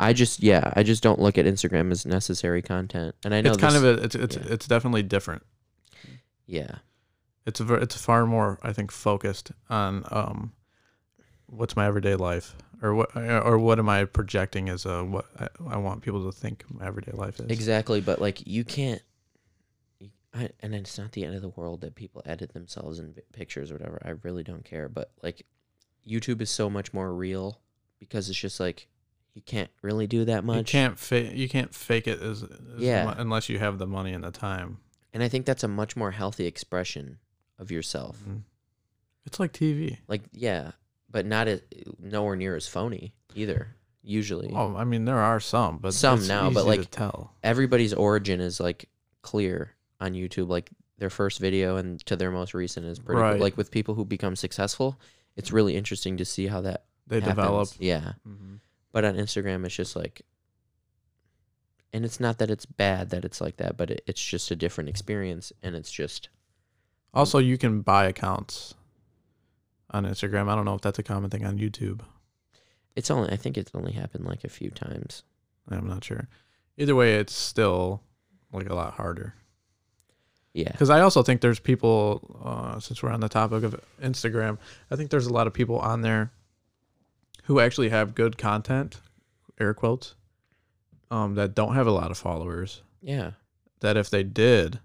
Speaker 2: I just, yeah, I just don't look at Instagram as necessary content. And I know
Speaker 3: It's kind
Speaker 2: this-
Speaker 3: of a it's it's
Speaker 2: yeah.
Speaker 3: it's definitely different.
Speaker 2: yeah,
Speaker 3: It's a, ver- it's far more I think focused on um, what's my everyday life or what or what am I projecting as a what I, I want people to think my everyday life is.
Speaker 2: Exactly, but like you can't. you- I, and it's not the end of the world that people edit themselves in vi- pictures or whatever. I really don't care, but like YouTube is so much more real because it's just like you can't really do that much.
Speaker 3: You can't fake you can't fake it as, as
Speaker 2: Yeah.
Speaker 3: mu- unless you have the money and the time.
Speaker 2: And I think that's a much more healthy expression of yourself.
Speaker 3: Mhm. It's like TV.
Speaker 2: Like yeah, but not a, nowhere near as phony either. Usually,
Speaker 3: Oh, I mean there are some, but
Speaker 2: Some
Speaker 3: it's
Speaker 2: now, but,
Speaker 3: easy to
Speaker 2: like,
Speaker 3: tell.
Speaker 2: everybody's origin is like clear on YouTube. Like their first video and to their most recent is pretty.
Speaker 3: Right.
Speaker 2: Like with people who become successful, it's really interesting to see how that
Speaker 3: They
Speaker 2: happens.
Speaker 3: develop.
Speaker 2: Yeah,
Speaker 3: Mhm.
Speaker 2: but on Instagram, it's just like, and it's not that it's bad that it's like that, but it, it's just a different experience, and it's just
Speaker 3: Also, you can buy accounts on Instagram. I don't know if that's a common thing on YouTube.
Speaker 2: it's only. I think it's only happened like a few times.
Speaker 3: I'm not sure. Either way, it's still like a lot harder.
Speaker 2: Yeah.
Speaker 3: Because I also think there's people, uh, since we're on the topic of Instagram, I think there's a lot of people on there who actually have good content, air quotes, um, that don't have a lot of followers
Speaker 2: Yeah.
Speaker 3: that if they did,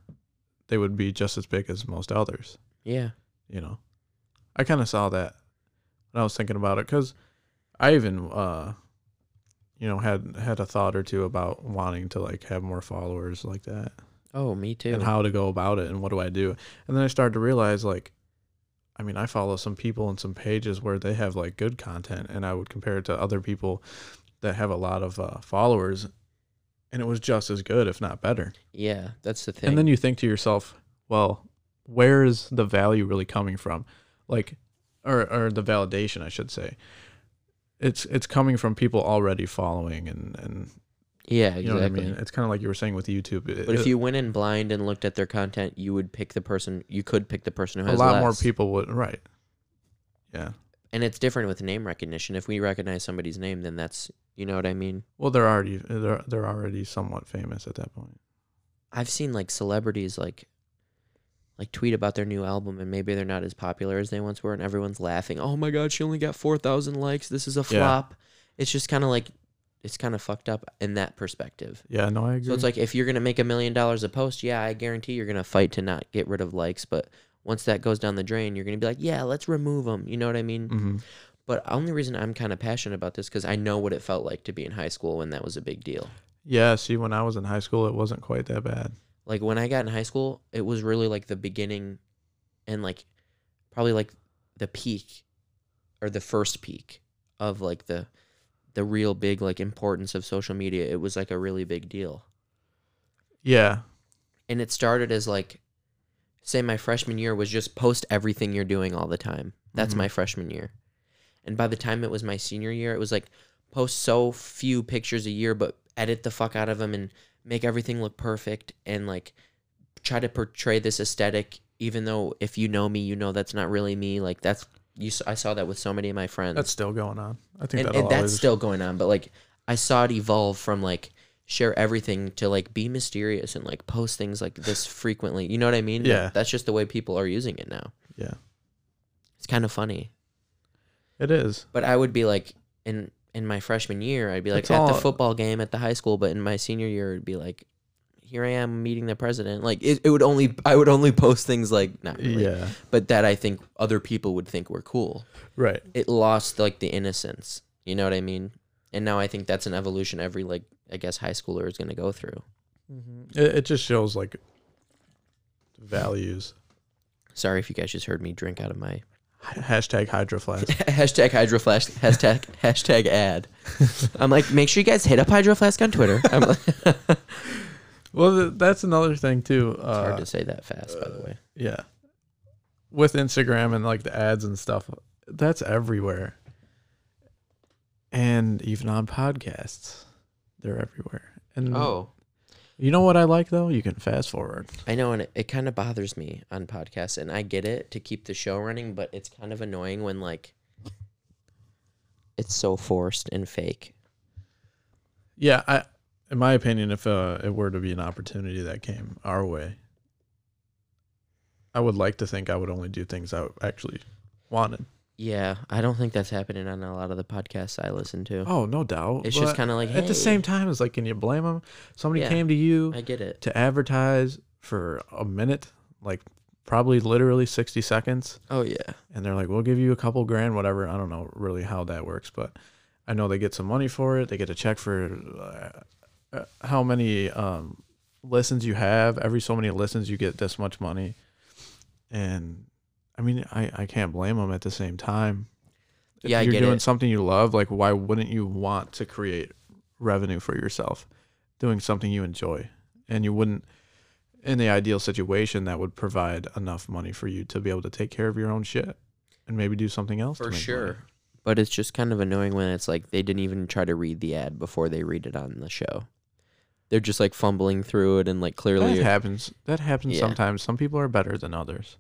Speaker 3: they would be just as big as most others.
Speaker 2: Yeah.
Speaker 3: You know, I kind of saw that when I was thinking about it because I even, uh, you know, had had a thought or two about wanting to like have more followers like that
Speaker 2: Oh, me too.
Speaker 3: and how to go about it and what do I do. And then I started to realize like I mean, I follow some people and some pages where they have like good content and I would compare it to other people that have a lot of uh, followers and it was just as good if not better.
Speaker 2: yeah, that's the thing.
Speaker 3: And then you think to yourself, well, where is the value really coming from? Like or or the validation, I should say. It's it's coming from people already following and and
Speaker 2: yeah,
Speaker 3: you know
Speaker 2: exactly.
Speaker 3: what I mean? It's kind of like you were saying with YouTube. It-
Speaker 2: But if
Speaker 3: it-
Speaker 2: you went in blind and looked at their content, you would pick the person. You could pick the person who
Speaker 3: a
Speaker 2: has
Speaker 3: lot more
Speaker 2: less.
Speaker 3: people would right. Yeah.
Speaker 2: And it's different with name recognition. If we recognize somebody's name, then that's you know what I mean.
Speaker 3: Well, they're already they're they're already somewhat famous at that point.
Speaker 2: I've seen like celebrities like like tweet about their new album and maybe they're not as popular as they once were and everyone's laughing. Oh my god, she only got 4,000 likes. This is a
Speaker 3: Yeah.
Speaker 2: flop. It's just kind of like it's kind of fucked up in that perspective.
Speaker 3: Yeah, no, I agree.
Speaker 2: So it's like if you're going to make a million dollars a post, yeah, I guarantee you're going to fight to not get rid of likes, but once that goes down the drain, you're going to be like, yeah, let's remove them. You know what I mean?
Speaker 3: Mhm.
Speaker 2: But only reason I'm kind of passionate about this cuz I know what it felt like to be in high school when that was a big deal.
Speaker 3: yeah. See, when I was in high school, it wasn't quite that bad.
Speaker 2: like when I got in high school, it was really like the beginning and like probably like the peak or the first peak of like the the real big like importance of social media. It was like a really big deal.
Speaker 3: Yeah,
Speaker 2: And it started as like say my freshman year was just post everything you're doing all the time. That's
Speaker 3: Mhm.
Speaker 2: my freshman year. And by the time it was my senior year, it was like post so few pictures a year but edit the fuck out of them and make everything look perfect and like try to portray this aesthetic even though if you know me, you know that's not really me. Like that's you s- I saw that with so many of my friends
Speaker 3: that's still going on. I think
Speaker 2: and,
Speaker 3: that'll
Speaker 2: and that's
Speaker 3: always-
Speaker 2: still going on but like i saw it evolve from like share everything to like be mysterious and like post things like this frequently you know what i mean Like,
Speaker 3: Yeah.
Speaker 2: that's just the way people are using it now
Speaker 3: Yeah.
Speaker 2: it's kind of funny
Speaker 3: it is.
Speaker 2: but i would be like in in my freshman year i'd be like
Speaker 3: It's
Speaker 2: at the
Speaker 3: all-
Speaker 2: football game at the high school but in my senior year it'd be like here i am meeting the president like it, it would only i would only post things like not really
Speaker 3: Yeah,
Speaker 2: but that i think other people would think were cool
Speaker 3: right.
Speaker 2: it lost like the innocence. You know what I mean? And now I think that's an evolution every like I guess high schooler is gonna go through.
Speaker 3: It, it just shows like values.
Speaker 2: Sorry if you guys just heard me drink out of my
Speaker 3: H- Hashtag Hydro Flask.
Speaker 2: hashtag Hydro Flask hashtag hashtag ad. I'm like, make sure you guys hit up Hydro Flask on Twitter. I'm like, it's
Speaker 3: well, th- that's another thing too.
Speaker 2: hard
Speaker 3: Uh,
Speaker 2: to say that fast, by the way.
Speaker 3: yeah, with Instagram and like the ads and stuff, that's everywhere. And even on podcasts, they're everywhere. And
Speaker 2: Oh.
Speaker 3: You know what I like though? You can fast forward.
Speaker 2: I know, and it, it kind of bothers me on podcasts, and I get it to keep the show running, but it's kind of annoying when like it's so forced and fake.
Speaker 3: Yeah, I, in my opinion, if uh, it were to be an opportunity that came our way, I would like to think I would only do things I actually wanted.
Speaker 2: Yeah, I don't think that's happening on a lot of the podcasts I listen to.
Speaker 3: Oh, no doubt.
Speaker 2: It's just
Speaker 3: But
Speaker 2: kinda like,
Speaker 3: at
Speaker 2: hey.
Speaker 3: the same time, it's like, can you blame them? Somebody
Speaker 2: Yeah,
Speaker 3: came to you
Speaker 2: I get it.
Speaker 3: to advertise for a minute, like probably literally sixty seconds.
Speaker 2: Oh yeah.
Speaker 3: and they're like, "We'll give you a couple grand, whatever." I don't know really how that works, but I know they get some money for it. They get a check for uh, uh, how many um, listens you have. Every so many listens, you get this much money, and I mean, I I can't blame them. At the same time, if
Speaker 2: Yeah, I
Speaker 3: you're
Speaker 2: get
Speaker 3: doing
Speaker 2: it.
Speaker 3: something you love, like why wouldn't you want to create revenue for yourself, doing something you enjoy, and you wouldn't. In the ideal situation, that would provide enough money for you to be able to take care of your own shit and maybe do something else to
Speaker 2: For
Speaker 3: make money.
Speaker 2: sure. But it's just kind of annoying when it's like they didn't even try to read the ad before they read it on the show. They're just like fumbling through it and like clearly
Speaker 3: That happens. That happens
Speaker 2: Yeah.
Speaker 3: sometimes. Some people are better than others,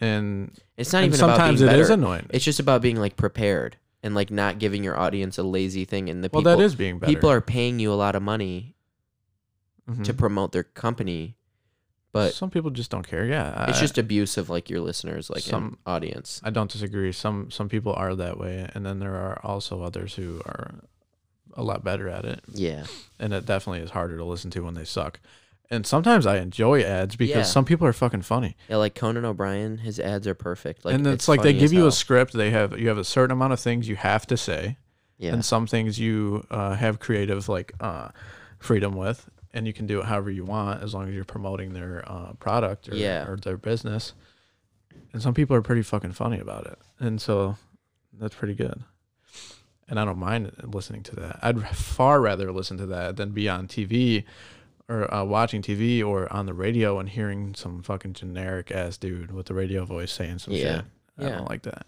Speaker 3: and,
Speaker 2: it's not
Speaker 3: and
Speaker 2: even
Speaker 3: sometimes
Speaker 2: about
Speaker 3: it
Speaker 2: being
Speaker 3: is
Speaker 2: better.
Speaker 3: annoying.
Speaker 2: It's just about being like prepared and like not giving your audience a lazy thing and the
Speaker 3: well,
Speaker 2: people
Speaker 3: that is being better.
Speaker 2: people are paying you a lot of money
Speaker 3: Mhm.
Speaker 2: to promote their company, but
Speaker 3: some people just don't care. Yeah,
Speaker 2: it's
Speaker 3: I-
Speaker 2: just abuse of like your listeners like
Speaker 3: uh, Some-
Speaker 2: and audience.
Speaker 3: I don't disagree. Some some people are that way, and then there are also others who are a lot better at it,
Speaker 2: Yeah.
Speaker 3: and it definitely is harder to listen to when they suck. And sometimes I enjoy ads because
Speaker 2: Yeah.
Speaker 3: some people are fucking funny,
Speaker 2: Yeah, like Conan O'Brien, his ads are perfect. Like,
Speaker 3: and it's, like they
Speaker 2: funny as
Speaker 3: give you
Speaker 2: hell.
Speaker 3: a script. They have you have a certain amount of things you have to say,
Speaker 2: yeah.
Speaker 3: and some things you uh, have creative like uh, freedom with, and you can do it however you want as long as you're promoting their uh, product or,
Speaker 2: Yeah.
Speaker 3: or their business. And some people are pretty fucking funny about it, and so that's pretty good. And I don't mind listening to that. I'd far rather listen to that than be on TV or uh, watching TV or on the radio and hearing some fucking generic ass dude with the radio voice saying some
Speaker 2: Yeah.
Speaker 3: shit. I
Speaker 2: Yeah.
Speaker 3: don't like that.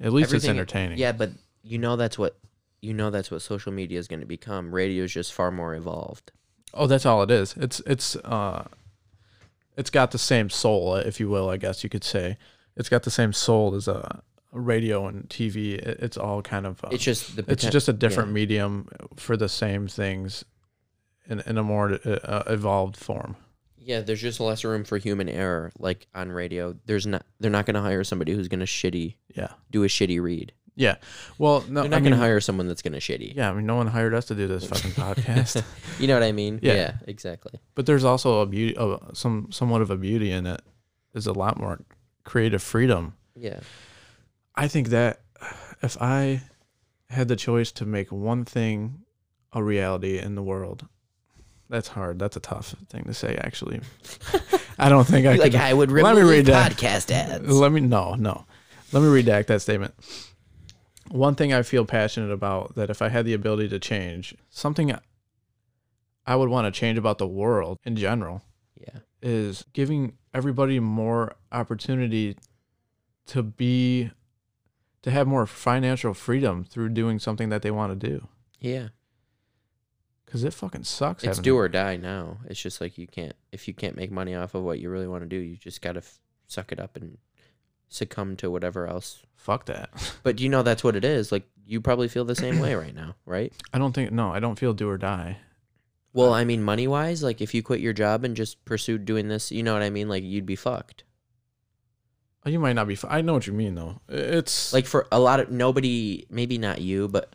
Speaker 3: At least
Speaker 2: Everything-
Speaker 3: it's entertaining.
Speaker 2: Yeah, but you know that's what you know that's what social media is going to become. Radio is just far more evolved.
Speaker 3: Oh, that's all it is. It's it's uh, it's got the same soul, uh, if you will. I guess you could say it's got the same soul as a radio and TV. It, it's all kind of uh,
Speaker 2: It's just the
Speaker 3: it's
Speaker 2: poten-
Speaker 3: just a different
Speaker 2: yeah.
Speaker 3: medium for the same things, in in a more uh, evolved form.
Speaker 2: Yeah, there's just less room for human error. Like on radio, there's not they're not going to hire somebody who's going to shitty
Speaker 3: Yeah,
Speaker 2: do a shitty read.
Speaker 3: yeah. Well, no,
Speaker 2: They're
Speaker 3: I
Speaker 2: not
Speaker 3: mean,
Speaker 2: going to hire someone that's going to shitty.
Speaker 3: Yeah, I mean, no one hired us to do this fucking podcast.
Speaker 2: You know what I mean?
Speaker 3: Yeah.
Speaker 2: exactly.
Speaker 3: But there's also a beauty, uh, some somewhat of a beauty in it. There's a lot more creative freedom
Speaker 2: Yeah.
Speaker 3: I think that if I had the choice to make one thing a reality in the world, that's hard. That's a tough thing to say, actually. I don't think I
Speaker 2: like
Speaker 3: could.
Speaker 2: I would
Speaker 3: Let
Speaker 2: remove
Speaker 3: me read that.
Speaker 2: podcast ads.
Speaker 3: let me no, no. Let me redact that statement. One thing I feel passionate about that if I had the ability to change something, I would want to change about the world in general
Speaker 2: Yeah.
Speaker 3: is giving everybody more opportunity to be to have more financial freedom through doing something that they want to do
Speaker 2: Yeah.
Speaker 3: because it fucking sucks
Speaker 2: It's
Speaker 3: having-
Speaker 2: do or die now. It's just like you can't if you can't make money off of what you really want to do, you just got to f- suck it up and succumb to whatever else.
Speaker 3: fuck that
Speaker 2: But you know that's what it is. Like you probably feel the same way right now, right?
Speaker 3: i don't think no i don't feel do or die
Speaker 2: Well, I mean money wise, like if you quit your job and just pursued doing this, you know what I mean? Like you'd be fucked.
Speaker 3: Oh, you might not be f- i know what you mean though it's like
Speaker 2: Like for a lot of nobody, maybe not you, but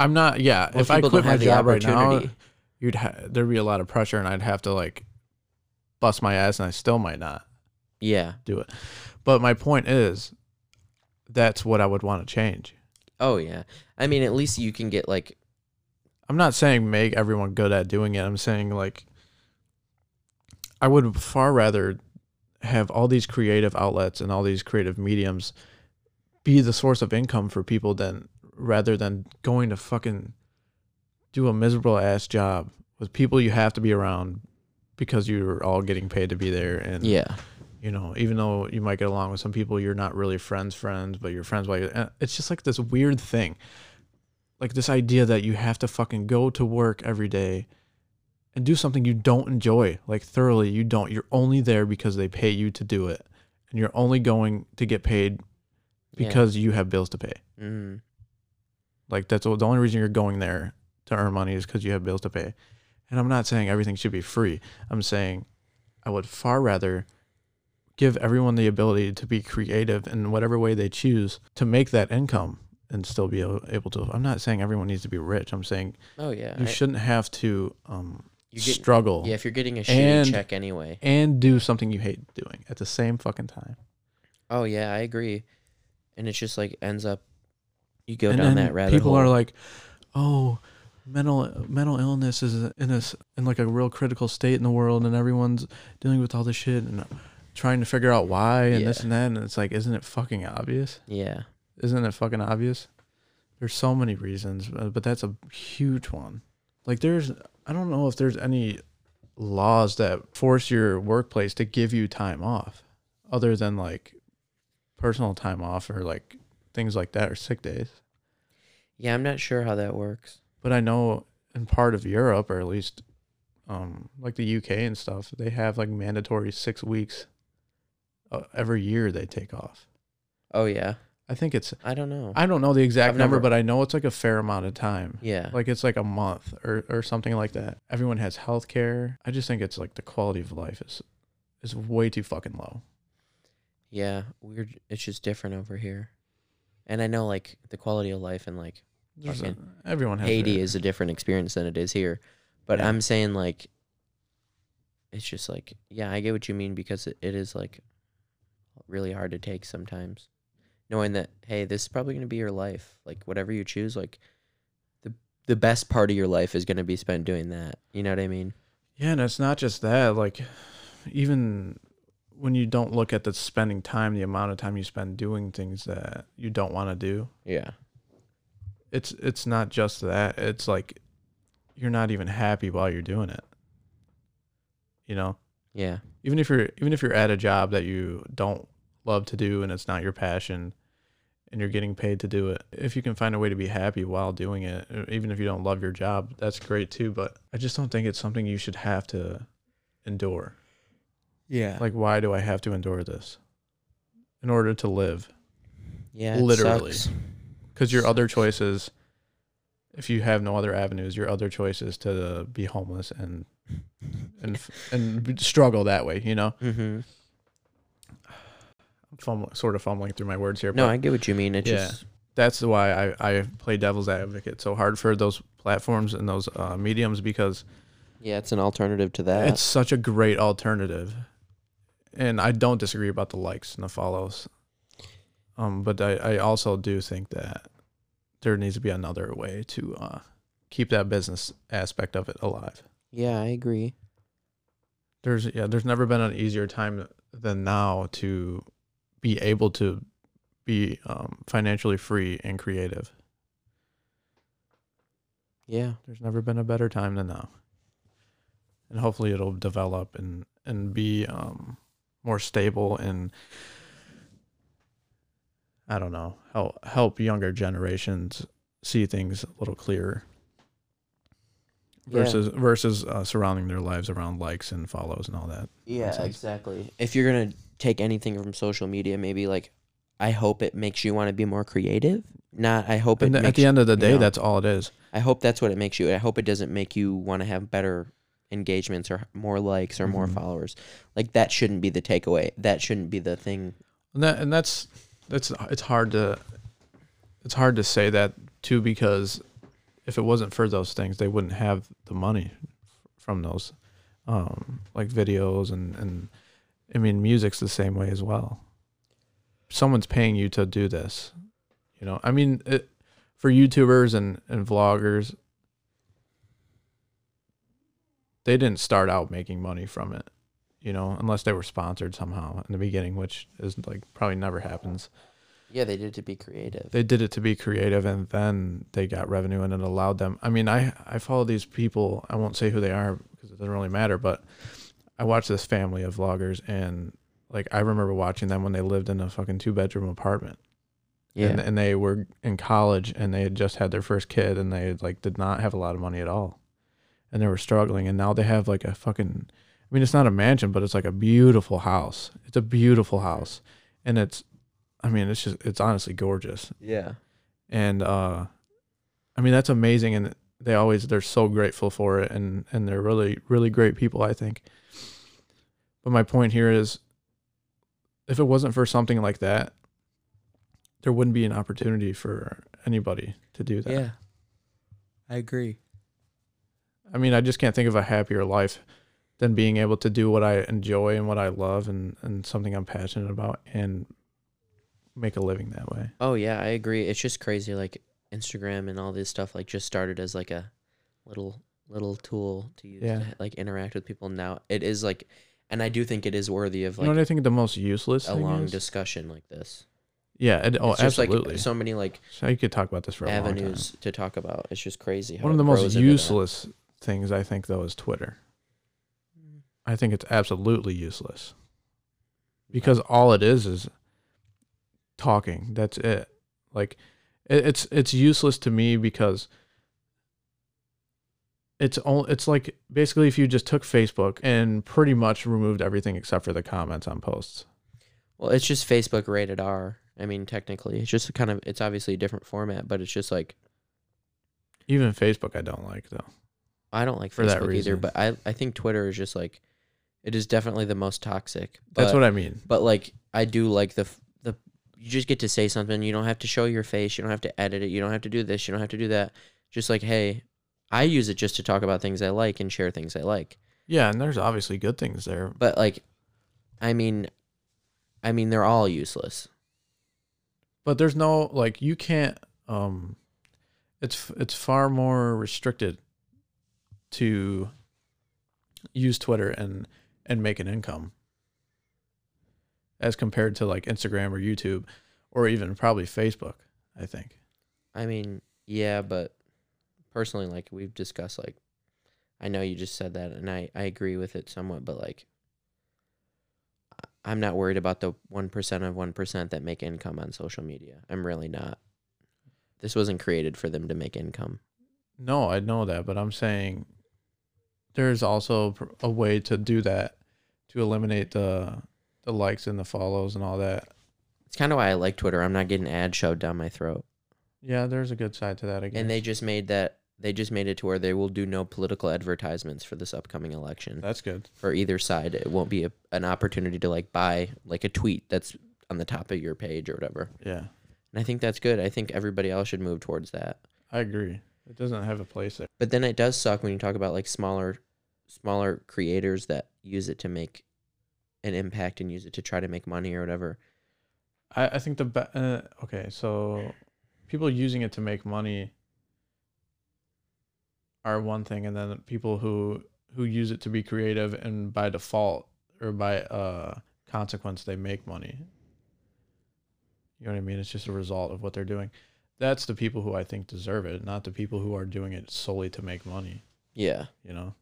Speaker 3: i'm not yeah
Speaker 2: most
Speaker 3: if i
Speaker 2: people
Speaker 3: quit
Speaker 2: don't
Speaker 3: my
Speaker 2: have the
Speaker 3: job right now
Speaker 2: opportunity.
Speaker 3: you'd ha- there'd be a lot of pressure and i'd have to like bust my ass and i still might not
Speaker 2: yeah.
Speaker 3: do it but my point is that's what i would want to change
Speaker 2: Oh yeah. I mean, at least you can get like
Speaker 3: I'm not saying make everyone good at doing it. I'm saying like I would far rather have all these creative outlets and all these creative mediums be the source of income for people than rather than going to fucking do a miserable ass job with people you have to be around because you're all getting paid to be there and
Speaker 2: yeah,
Speaker 3: you know even though you might get along with some people you're not really friends friends but you're friends while you're uh, it's just like this weird thing like this idea that you have to fucking go to work every day and do something you don't enjoy like thoroughly you don't you're only there because they pay you to do it and you're only going to get paid
Speaker 2: Yeah.
Speaker 3: because you have bills to pay
Speaker 2: Mm.
Speaker 3: like that's the only reason you're going there to earn money is because you have bills to pay. And I'm not saying everything should be free. I'm saying I would far rather give everyone the ability to be creative in whatever way they choose to make that income and still be a- able to. I'm not saying everyone needs to be rich. I'm saying
Speaker 2: Oh yeah.
Speaker 3: you
Speaker 2: I-
Speaker 3: shouldn't have to um,
Speaker 2: you get-
Speaker 3: struggle
Speaker 2: Yeah, if you're getting a shitty
Speaker 3: And-
Speaker 2: check anyway.
Speaker 3: and do something you hate doing at the same fucking time.
Speaker 2: Oh yeah, I agree. And it's just like ends up you go
Speaker 3: and
Speaker 2: down
Speaker 3: then
Speaker 2: that rabbit
Speaker 3: people
Speaker 2: hole.
Speaker 3: are like oh mental mental illness is in this in like a real critical state in the world and everyone's dealing with all this shit and trying to figure out why and this
Speaker 2: Yeah.
Speaker 3: and that and it's like isn't it fucking obvious
Speaker 2: yeah,
Speaker 3: isn't it fucking obvious there's so many reasons uh, but that's a huge one like there's i don't know if there's any laws that force your workplace to give you time off other than like personal time off or like things like that or sick days
Speaker 2: yeah. I'm not sure how that works.
Speaker 3: but I know in part of Europe, or at least um, like the UK and stuff, they have like mandatory six weeks uh, every year they take off.
Speaker 2: Oh yeah,
Speaker 3: I think it's
Speaker 2: I don't know.
Speaker 3: I don't know the exact
Speaker 2: I've
Speaker 3: number,
Speaker 2: never-
Speaker 3: but I know it's like a fair amount of time.
Speaker 2: yeah,
Speaker 3: Like it's like a month or, or something like that. Everyone has health care. I just think it's like the quality of life is is way too fucking low.
Speaker 2: yeah. Weird. It's just different over here. And I know like the quality of life in like
Speaker 3: There's a,
Speaker 2: Fucking
Speaker 3: everyone has
Speaker 2: Haiti
Speaker 3: their-
Speaker 2: is a different experience than it is here. But
Speaker 3: Yeah.
Speaker 2: I'm saying like it's just like yeah, I get what you mean because it, it is like really hard to take sometimes. Knowing that, hey, this is probably gonna be your life. Like whatever you choose, like the the best part of your life is gonna be spent doing that. You know what I mean?
Speaker 3: Yeah, and it's not just that. Like, even when you don't look at the spending time, the amount of time you spend doing things that you don't want to do,
Speaker 2: Yeah.
Speaker 3: it's it's not just that. It's like you're not even happy while you're doing it. You know,
Speaker 2: Yeah.
Speaker 3: even if you're even if you're at a job that you don't love to do and it's not your passion and you're getting paid to do it if you can find a way to be happy while doing it e- even if you don't love your job that's great too but i just don't think it's something you should have to endure
Speaker 5: Yeah.
Speaker 3: like why do i have to endure this in order to live
Speaker 2: Yeah. it
Speaker 3: Literally.
Speaker 2: sucks.
Speaker 3: because your other choices if you have no other avenues your other choice is to be homeless and and f- and b- struggle that way you know
Speaker 2: Mhm.
Speaker 3: i'm fumbling, sort of fumbling through my words here
Speaker 2: No,
Speaker 3: but-
Speaker 2: I get what you mean. It's
Speaker 3: Yeah.
Speaker 2: just
Speaker 3: that's why I, I play devil's advocate so hard for those platforms and those uh, mediums because
Speaker 2: yeah, it's an alternative to that.
Speaker 3: it's such a great alternative. And I don't disagree about the likes and the follows. Um, but I, I also do think that there needs to be another way to uh, keep that business aspect of it alive.
Speaker 2: yeah, I agree.
Speaker 3: There's yeah, there's never been an easier time than now to be able to be um, financially free and creative.
Speaker 2: Yeah.
Speaker 3: There's never been a better time than now. And hopefully it'll develop and and be um more stable and I don't know, help help younger generations see things a little clearer
Speaker 2: Yeah.
Speaker 3: versus versus uh, surrounding their lives around likes and follows and all that.
Speaker 2: Yeah,
Speaker 3: sense.
Speaker 2: exactly. If you're gonna take anything from social media, maybe like I hope it makes you want to be more creative. Not I hope it
Speaker 3: and
Speaker 2: makes
Speaker 3: at the end of the day,
Speaker 2: know.
Speaker 3: that's all it is.
Speaker 2: I hope that's what it makes you. I hope it doesn't make you want to have better engagements or more likes or more
Speaker 3: Mhm.
Speaker 2: followers. Like that shouldn't be the takeaway. That shouldn't be the thing.
Speaker 3: And that and that's that's it's hard to it's hard to say that too because if it wasn't for those things, they wouldn't have the money from those um, like videos and and I mean music's the same way as well. Someone's paying you to do this, you know. I mean, it, for YouTubers and and vloggers, they didn't start out making money from it you know, unless they were sponsored somehow in the beginning, which is like probably never happens.
Speaker 2: Yeah, they did to be creative.
Speaker 3: They did it to be creative and then they got revenue and it allowed them. I mean, I, I follow these people. I won't say who they are because it doesn't really matter, but I watch this family of vloggers and like I remember watching them when they lived in a fucking two bedroom apartment
Speaker 2: yeah.
Speaker 3: and, and they were in college and they had just had their first kid and they like did not have a lot of money at all and they were struggling and now they have like a fucking i mean it's not a mansion but it's like a beautiful house it's a beautiful house and it's i mean it's just it's honestly gorgeous
Speaker 2: yeah.
Speaker 3: and uh i mean that's amazing and they always they're so grateful for it and and they're really really great people i think but my point here is if it wasn't for something like that there wouldn't be an opportunity for anybody to do that
Speaker 2: Yeah. I agree.
Speaker 3: i mean i just can't think of a happier life than being able to do what i enjoy and what i love and and something i'm passionate about and make a living that way
Speaker 2: Oh yeah, I agree. It's just crazy. Like Instagram and all this stuff, like just started as like a little little tool to use
Speaker 3: Yeah.
Speaker 2: to like interact with people. Now it is like, and I do think it is worthy of
Speaker 3: you know what
Speaker 2: like
Speaker 3: i think the most useless
Speaker 2: a
Speaker 3: thing
Speaker 2: long
Speaker 3: is?
Speaker 2: discussion like this.
Speaker 3: yeah it, oh
Speaker 2: it's just
Speaker 3: absolutely
Speaker 2: like so many like
Speaker 3: So you could talk about this for a long time.
Speaker 2: avenues to talk about. It's just crazy. how
Speaker 3: One of
Speaker 2: it
Speaker 3: the most
Speaker 2: grows into that.
Speaker 3: useless things I think though is Twitter. I think it's absolutely useless because all it is is talking. That's it. Like it, it's it's useless to me because it's all it's like basically if you just took Facebook and pretty much removed everything except for the comments on posts.
Speaker 2: Well, it's just Facebook rated R. I mean, technically, it's just kind of it's obviously a different format, but it's just like
Speaker 3: Even Facebook I don't like though.
Speaker 2: I don't like
Speaker 3: For that
Speaker 2: Facebook either.
Speaker 3: reason.
Speaker 2: But I I think Twitter is just like it is definitely the most toxic.
Speaker 3: That's
Speaker 2: but-
Speaker 3: what I mean.
Speaker 2: but like I do like the f- the you just get to say something. You don't have to show your face. You don't have to edit it. You don't have to do this. You don't have to do that. Just like, hey, I use it just to talk about things I like and share things I like.
Speaker 3: Yeah, and there's obviously good things there.
Speaker 2: But like, I mean, I mean, they're all useless.
Speaker 3: But there's no like you can't um it's it's far more restricted to use Twitter and and make an income as compared to like Instagram or YouTube or even probably Facebook, I think.
Speaker 2: I mean, yeah, but personally, like we've discussed, like I know you just said that, and I I agree with it somewhat, but like I- I'm not worried about the one percent of one percent that make income on social media. I'm really not. This wasn't created for them to make income.
Speaker 3: No, I know that, but I'm saying there's also pr- a way to do that to eliminate the the likes and the follows and all that.
Speaker 2: It's kind of why I like Twitter. I'm not getting ad shoved down my throat.
Speaker 3: Yeah, there's a good side to that again.
Speaker 2: And they just made that they just made it to where they will do no political advertisements for this upcoming election.
Speaker 3: that's good.
Speaker 2: for either side. It won't be a, an opportunity to like buy like a tweet that's on the top of your page or whatever.
Speaker 3: Yeah.
Speaker 2: And I think that's good. I think everybody else should move towards that.
Speaker 3: I agree. It doesn't have a place there.
Speaker 2: But then it does suck when you talk about like smaller smaller creators that use it to make an impact and use it to try to make money or whatever.
Speaker 3: I, I think the be- uh, okay, so people using it to make money are one thing, and then people who who use it to be creative and by default or by uh consequence they make money. You know what I mean? It's just a result of what they're doing. That's the people who I think deserve it, not the people who are doing it solely to make money.
Speaker 2: Yeah.
Speaker 3: You know,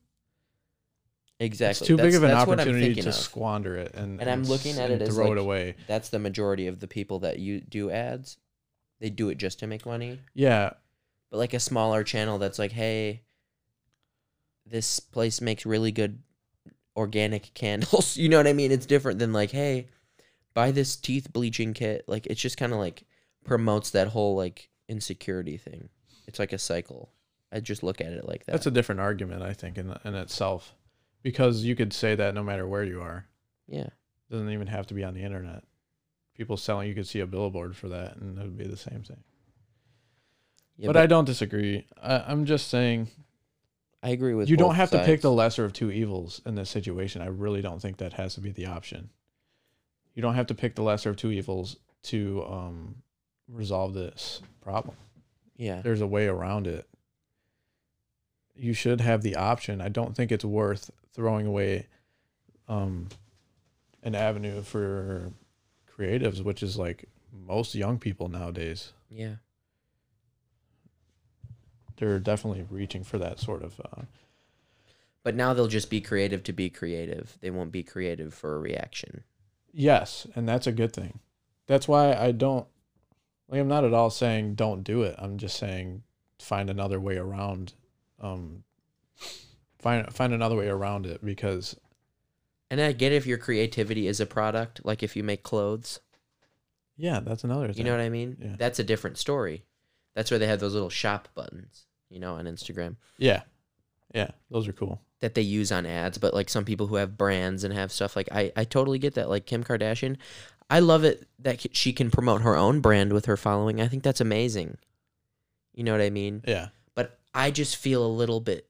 Speaker 2: Exactly.
Speaker 3: it's too big
Speaker 2: That's-
Speaker 3: of an
Speaker 2: that's what I'm
Speaker 3: opportunity
Speaker 2: thinking
Speaker 3: to
Speaker 2: of.
Speaker 3: squander it, and
Speaker 2: And I'm
Speaker 3: s-
Speaker 2: looking at
Speaker 3: and
Speaker 2: it as
Speaker 3: throw
Speaker 2: like-
Speaker 3: it away.
Speaker 2: That's the majority of the people that you do ads. They do it just to make money.
Speaker 3: Yeah,
Speaker 2: but like a smaller channel that's like, hey, this place makes really good organic candles. You know what I mean? It's different than like, hey, buy this teeth bleaching kit. Like it's just kind of like promotes that whole like insecurity thing. It's like a cycle. I just look at it like that.
Speaker 3: That's a different argument, I think, in in itself, because you could say that no matter where you are,
Speaker 2: yeah.
Speaker 3: it doesn't even have to be on the internet. People selling, you could see a billboard for that, and it would be the same thing.
Speaker 2: yeah.
Speaker 3: but, I don't disagree. I, I'm just saying
Speaker 2: I agree with
Speaker 3: you don't
Speaker 2: both
Speaker 3: have to pick
Speaker 2: sides.
Speaker 3: the lesser of two evils in this situation. I really don't think that has to be the option. You don't have to pick the lesser of two evils to um, resolve this problem.
Speaker 2: yeah.
Speaker 3: there's a way around it. You should have the option. I don't think it's worth throwing away um, an avenue for creatives, which is like most young people nowadays.
Speaker 2: Yeah.
Speaker 3: They're definitely reaching for that sort of. Uh,
Speaker 2: But now they'll just be creative to be creative. They won't be creative for a reaction.
Speaker 3: yes, and that's a good thing. That's why I don't. Like, I'm not at all saying don't do it. I'm just saying find another way around. Um, find find another way around it because
Speaker 2: And I get if your creativity is a product, like if you make clothes,
Speaker 3: yeah, that's another. thing.
Speaker 2: You know what I mean?
Speaker 3: Yeah.
Speaker 2: That's a different story. That's where they have those little shop buttons, you know, on Instagram
Speaker 3: Yeah. Yeah. Those are cool.
Speaker 2: that they use on ads. But like some people who have brands and have stuff like I, I totally get that. Like Kim Kardashian, I love it that c- she can promote her own brand with her following. I think that's amazing. You know what I mean?
Speaker 3: Yeah.
Speaker 2: But I just feel a little bit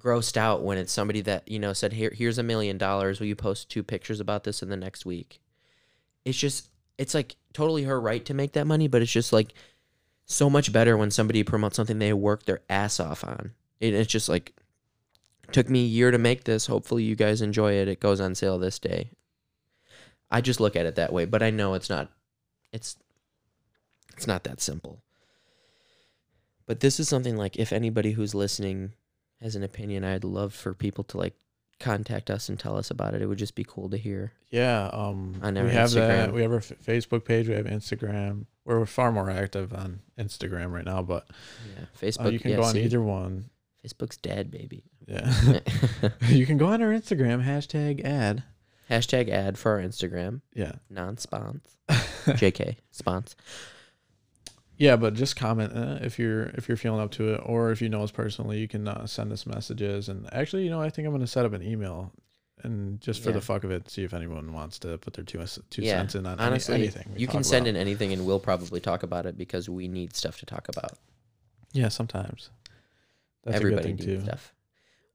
Speaker 2: grossed out when it's somebody that you know said here here's a million dollars will you post two pictures about this in the next week it's just it's like totally her right to make that money but it's just like so much better when somebody promotes something they work their ass off on it, it's just like took me a year to make this hopefully you guys enjoy it it goes on sale this day i just look at it that way but i know it's not it's it's not that simple but this is something like if anybody who's listening has an opinion, I'd love for people to like contact us and tell us about it. It would just be cool to hear.
Speaker 3: Yeah. Um,
Speaker 2: On our
Speaker 3: we have that.
Speaker 2: Instagram.
Speaker 3: We have our F- Facebook page. We have Instagram. We're far more active on Instagram right now, but
Speaker 2: Yeah,
Speaker 3: uh,
Speaker 2: Facebook.
Speaker 3: you can
Speaker 2: yeah,
Speaker 3: go on
Speaker 2: see?
Speaker 3: either one.
Speaker 2: Facebook's dead, baby.
Speaker 3: Yeah. you can go on our Instagram, hashtag ad.
Speaker 2: Hashtag ad for our Instagram.
Speaker 3: Yeah.
Speaker 2: Non-spons. JK spons.
Speaker 3: Yeah, but just comment uh, if you're if you're feeling up to it, or if you know us personally, you can uh, send us messages. And actually, you know, I think I'm gonna set up an email and just for
Speaker 2: Yeah.
Speaker 3: the fuck of it, see if anyone wants to put their two two
Speaker 2: Yeah,
Speaker 3: cents in on any-
Speaker 2: Honestly,
Speaker 3: anything. we
Speaker 2: you can
Speaker 3: talk
Speaker 2: send
Speaker 3: about.
Speaker 2: in anything, and we'll probably talk about it because we need stuff to talk about.
Speaker 3: Yeah, sometimes. That's
Speaker 2: Everybody
Speaker 3: a good
Speaker 2: needs
Speaker 3: thing too.
Speaker 2: stuff.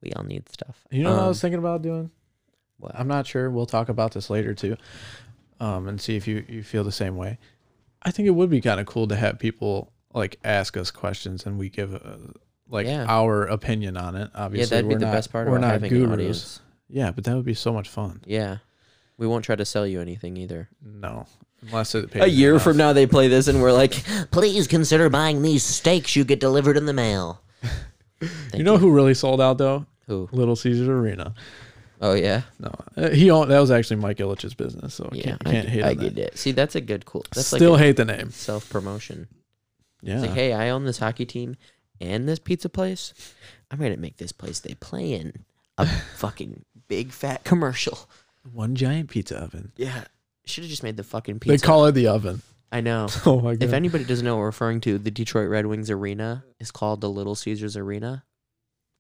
Speaker 2: We all need stuff.
Speaker 3: You know what I was
Speaker 2: Um,
Speaker 3: thinking about doing?
Speaker 2: what?
Speaker 3: I'm not sure. We'll talk about this later too, um, and see if you you feel the same way. I think it would be kind of cool to have people like ask us questions and we give uh like
Speaker 2: Yeah.
Speaker 3: our opinion on it. Obviously,
Speaker 2: yeah, that'd be
Speaker 3: we're
Speaker 2: the
Speaker 3: not-
Speaker 2: best part
Speaker 3: We're
Speaker 2: about
Speaker 3: not
Speaker 2: having
Speaker 3: gurus.
Speaker 2: an audience.
Speaker 3: Yeah, but that would be so much fun.
Speaker 2: Yeah, we won't try to sell you anything either.
Speaker 3: No, unless it
Speaker 2: A
Speaker 3: pays
Speaker 2: year
Speaker 3: enough.
Speaker 2: from now, they play this, and we're like,
Speaker 6: Please consider buying these steaks you get delivered in the mail.
Speaker 3: You know who really sold out though?
Speaker 2: who?
Speaker 3: Little Caesars Arena.
Speaker 2: Oh yeah,
Speaker 3: No, uh, he owned, that was actually Mike Illich's business, so I
Speaker 2: yeah.
Speaker 3: can't, can't
Speaker 2: I,
Speaker 3: hate
Speaker 2: I
Speaker 3: on that.
Speaker 2: get it. See, that's a good cool. That's
Speaker 3: Still
Speaker 2: like
Speaker 3: hate the name.
Speaker 2: self promotion.
Speaker 3: Yeah,
Speaker 2: It's like, hey, I own this hockey team and this pizza place. I'm gonna make this place they play in a fucking big fat commercial.
Speaker 3: one giant pizza oven.
Speaker 2: Yeah, should have just made the fucking
Speaker 3: They
Speaker 2: pizza.
Speaker 3: call it the oven.
Speaker 2: I know.
Speaker 3: Oh my god!
Speaker 2: If anybody doesn't know what we're referring to, the Detroit Red Wings arena is called the Little Caesars Arena.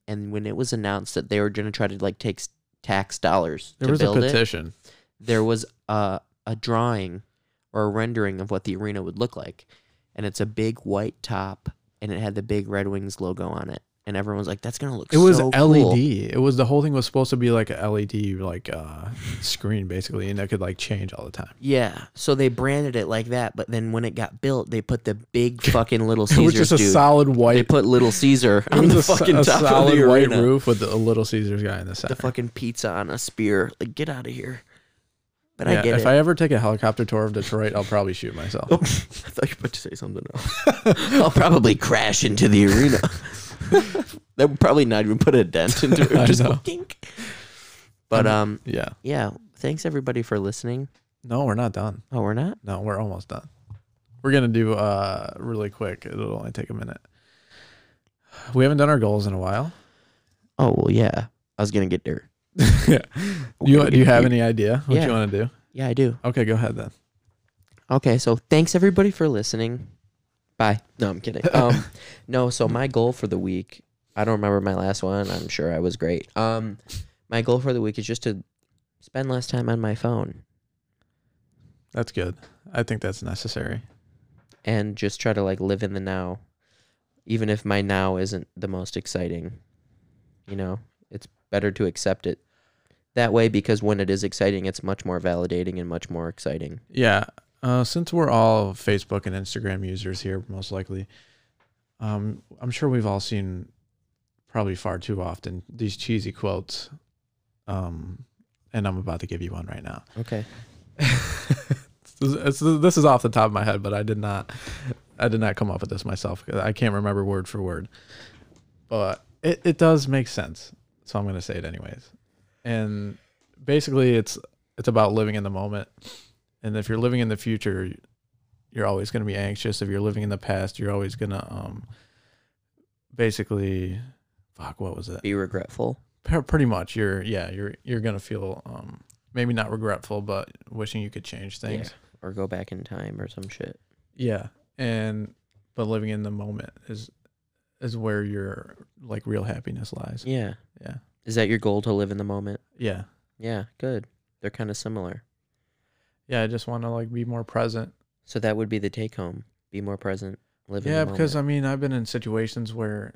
Speaker 2: And when it was announced that they were going to try to like take s- tax dollars
Speaker 3: there
Speaker 2: to
Speaker 3: was a
Speaker 2: build it,
Speaker 3: petition.
Speaker 2: there was a a drawing or a rendering of what the arena would look like, and it's a big white top, and it had the big Red Wings logo on it, and everyone was like, "That's gonna look."
Speaker 3: It was E
Speaker 2: so cool."
Speaker 3: LED. It was the whole thing was supposed to be like a LED like uh screen basically, and that could like change all the time.
Speaker 2: Yeah, so they branded it like that, but then when it got built, they put the big fucking Little Caesars
Speaker 3: it was just a
Speaker 2: dude.
Speaker 3: solid
Speaker 2: they
Speaker 3: white.
Speaker 2: put Little Caesar
Speaker 3: It
Speaker 2: on
Speaker 3: was
Speaker 2: the
Speaker 3: a, so-
Speaker 2: fucking
Speaker 3: a
Speaker 2: top
Speaker 3: solid
Speaker 2: of the
Speaker 3: white
Speaker 2: arena.
Speaker 3: roof with the, a Little Caesars guy in the
Speaker 2: the
Speaker 3: center.
Speaker 2: fucking pizza on a spear. Like, get out of here. But
Speaker 3: Yeah,
Speaker 2: I get
Speaker 3: if
Speaker 2: it.
Speaker 3: I
Speaker 2: I,
Speaker 3: ever take a helicopter tour of Detroit, I'll probably shoot myself.
Speaker 2: thought you were about to say something else. I'll probably crash into the arena. that would probably not even put a dent into
Speaker 3: I
Speaker 2: it. Just
Speaker 3: know.
Speaker 2: go dink. But um,
Speaker 3: yeah.
Speaker 2: yeah. Thanks everybody for listening.
Speaker 3: No, we're not done.
Speaker 2: Oh, we're not.
Speaker 3: No, we're almost done. We're gonna do uh really quick. It'll only take a minute. We haven't done our goals in a while.
Speaker 2: Oh well, yeah. I was gonna get there.
Speaker 3: yeah. Do you do you have any idea what
Speaker 2: Yeah.
Speaker 3: you want to do?
Speaker 2: Yeah, I do.
Speaker 3: Okay, go ahead then.
Speaker 2: Okay, so thanks everybody for listening. Bye. No, I'm kidding. Um, no, so my goal for the week, I don't remember my last one. I'm sure I was great. Um, my goal for the week is just to spend less time on my phone
Speaker 3: That's good. I think that's necessary.
Speaker 2: and just try to like live in the now, even if my now isn't the most exciting. You know, it's better to accept it that way because when it is exciting, it's much more validating and much more exciting.
Speaker 3: Yeah. Uh, since we're all Facebook and Instagram users here, most likely, um, I'm sure we've all seen probably far too often these cheesy quotes. Um, and I'm about to give you one right now.
Speaker 2: Okay.
Speaker 3: This is- it's- this is off the top of my head, but I did not, I did not come up with this myself. I can't remember word for word, but it, it does make sense. So I'm going to say it anyways. And basically, it's it's about living in the moment. And if you're living in the future, you're always going to be anxious. If you're living in the past, you're always going to, um, basically, fuck, what was it?
Speaker 2: Be regretful.
Speaker 3: Pre- pretty much you're yeah you're you're gonna feel um maybe not regretful but wishing you could change things
Speaker 2: Yeah. Or go back in time or some shit.
Speaker 3: yeah, and but living in the moment is is where your like real happiness lies
Speaker 2: Yeah.
Speaker 3: yeah
Speaker 2: Is that your goal to live in the moment?
Speaker 3: yeah
Speaker 2: Yeah, good. They're kind of similar.
Speaker 3: yeah i just want to like be more present
Speaker 2: So that would be the take home. Be more present, live in
Speaker 3: yeah
Speaker 2: the moment.
Speaker 3: because uh, i mean i've been in situations where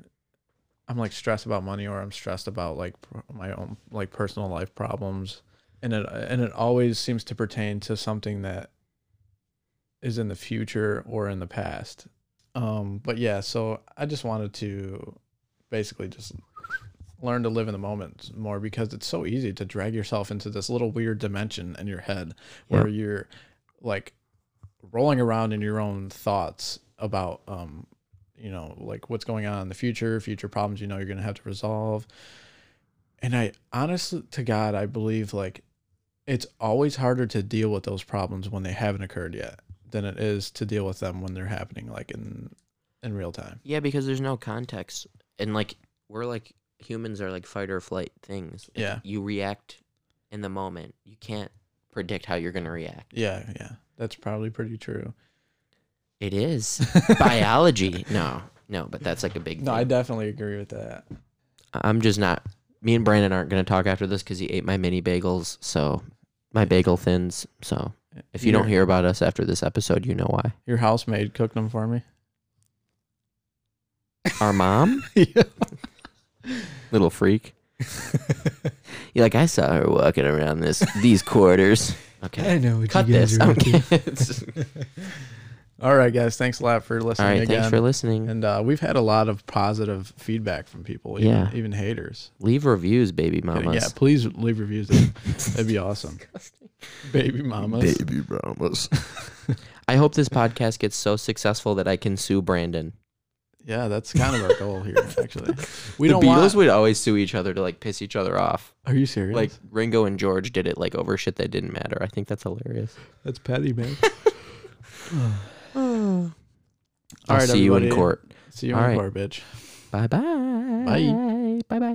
Speaker 3: i'm like stressed about money or i'm stressed about like pr- my own like personal life problems and it and it always seems to pertain to something that is in the future or in the past um but yeah so i just wanted to basically just learn to live in the moment more because it's so easy to drag yourself into this little weird dimension in your head where you're like rolling around in your own thoughts about um you know like what's going on in the future future problems you know you're going to have to resolve and i honestly to god i believe like it's always harder to deal with those problems when they haven't occurred yet than it is to deal with them when they're happening like in in real time
Speaker 2: yeah, because there's no context. And like we're like humans are like fight or flight things. Like,
Speaker 3: Yeah.
Speaker 2: You react in the moment. You can't predict how you're going to react.
Speaker 3: yeah yeah that's probably pretty true
Speaker 2: It is biology. No. No, but that's like a big
Speaker 3: no i
Speaker 2: thing.
Speaker 3: definitely agree with that
Speaker 2: I, am just not me and Brandon aren't going to talk after this because he ate my mini bagels. So my bagel thins. So if you don't
Speaker 5: Your-
Speaker 2: hear about us after this episode, you know why.
Speaker 5: your housemaid cooked them for me.
Speaker 2: Our mom, little freak. You're like I saw her walking around this these quarters. Okay,
Speaker 7: know what
Speaker 2: cut this. I'm kidding.
Speaker 3: All right, guys. Thanks a lot for
Speaker 2: All
Speaker 3: listening
Speaker 2: right,
Speaker 3: again.
Speaker 2: thanks for listening.
Speaker 3: and uh, we've had a lot of positive feedback from people, even,
Speaker 2: Yeah.
Speaker 3: even haters.
Speaker 2: Leave reviews, baby mamas.
Speaker 3: Yeah, please leave reviews. That'd be awesome. Baby mamas.
Speaker 4: Baby mamas.
Speaker 2: I hope this podcast gets so successful that I can sue Brandon.
Speaker 3: Yeah, that's kind of our goal here, actually. We
Speaker 2: the
Speaker 3: don't
Speaker 2: Beatles
Speaker 3: want.
Speaker 2: would always sue each other to like piss each other off.
Speaker 3: Are you serious?
Speaker 2: Like Ringo and George did it like over shit that didn't matter. I think that's hilarious.
Speaker 3: that's petty, man.
Speaker 2: I'll
Speaker 3: All right,
Speaker 2: see you in
Speaker 3: everybody.
Speaker 2: court.
Speaker 3: See you
Speaker 2: All
Speaker 3: in
Speaker 2: right.
Speaker 3: court, bitch.
Speaker 2: Bye bye. Bye bye.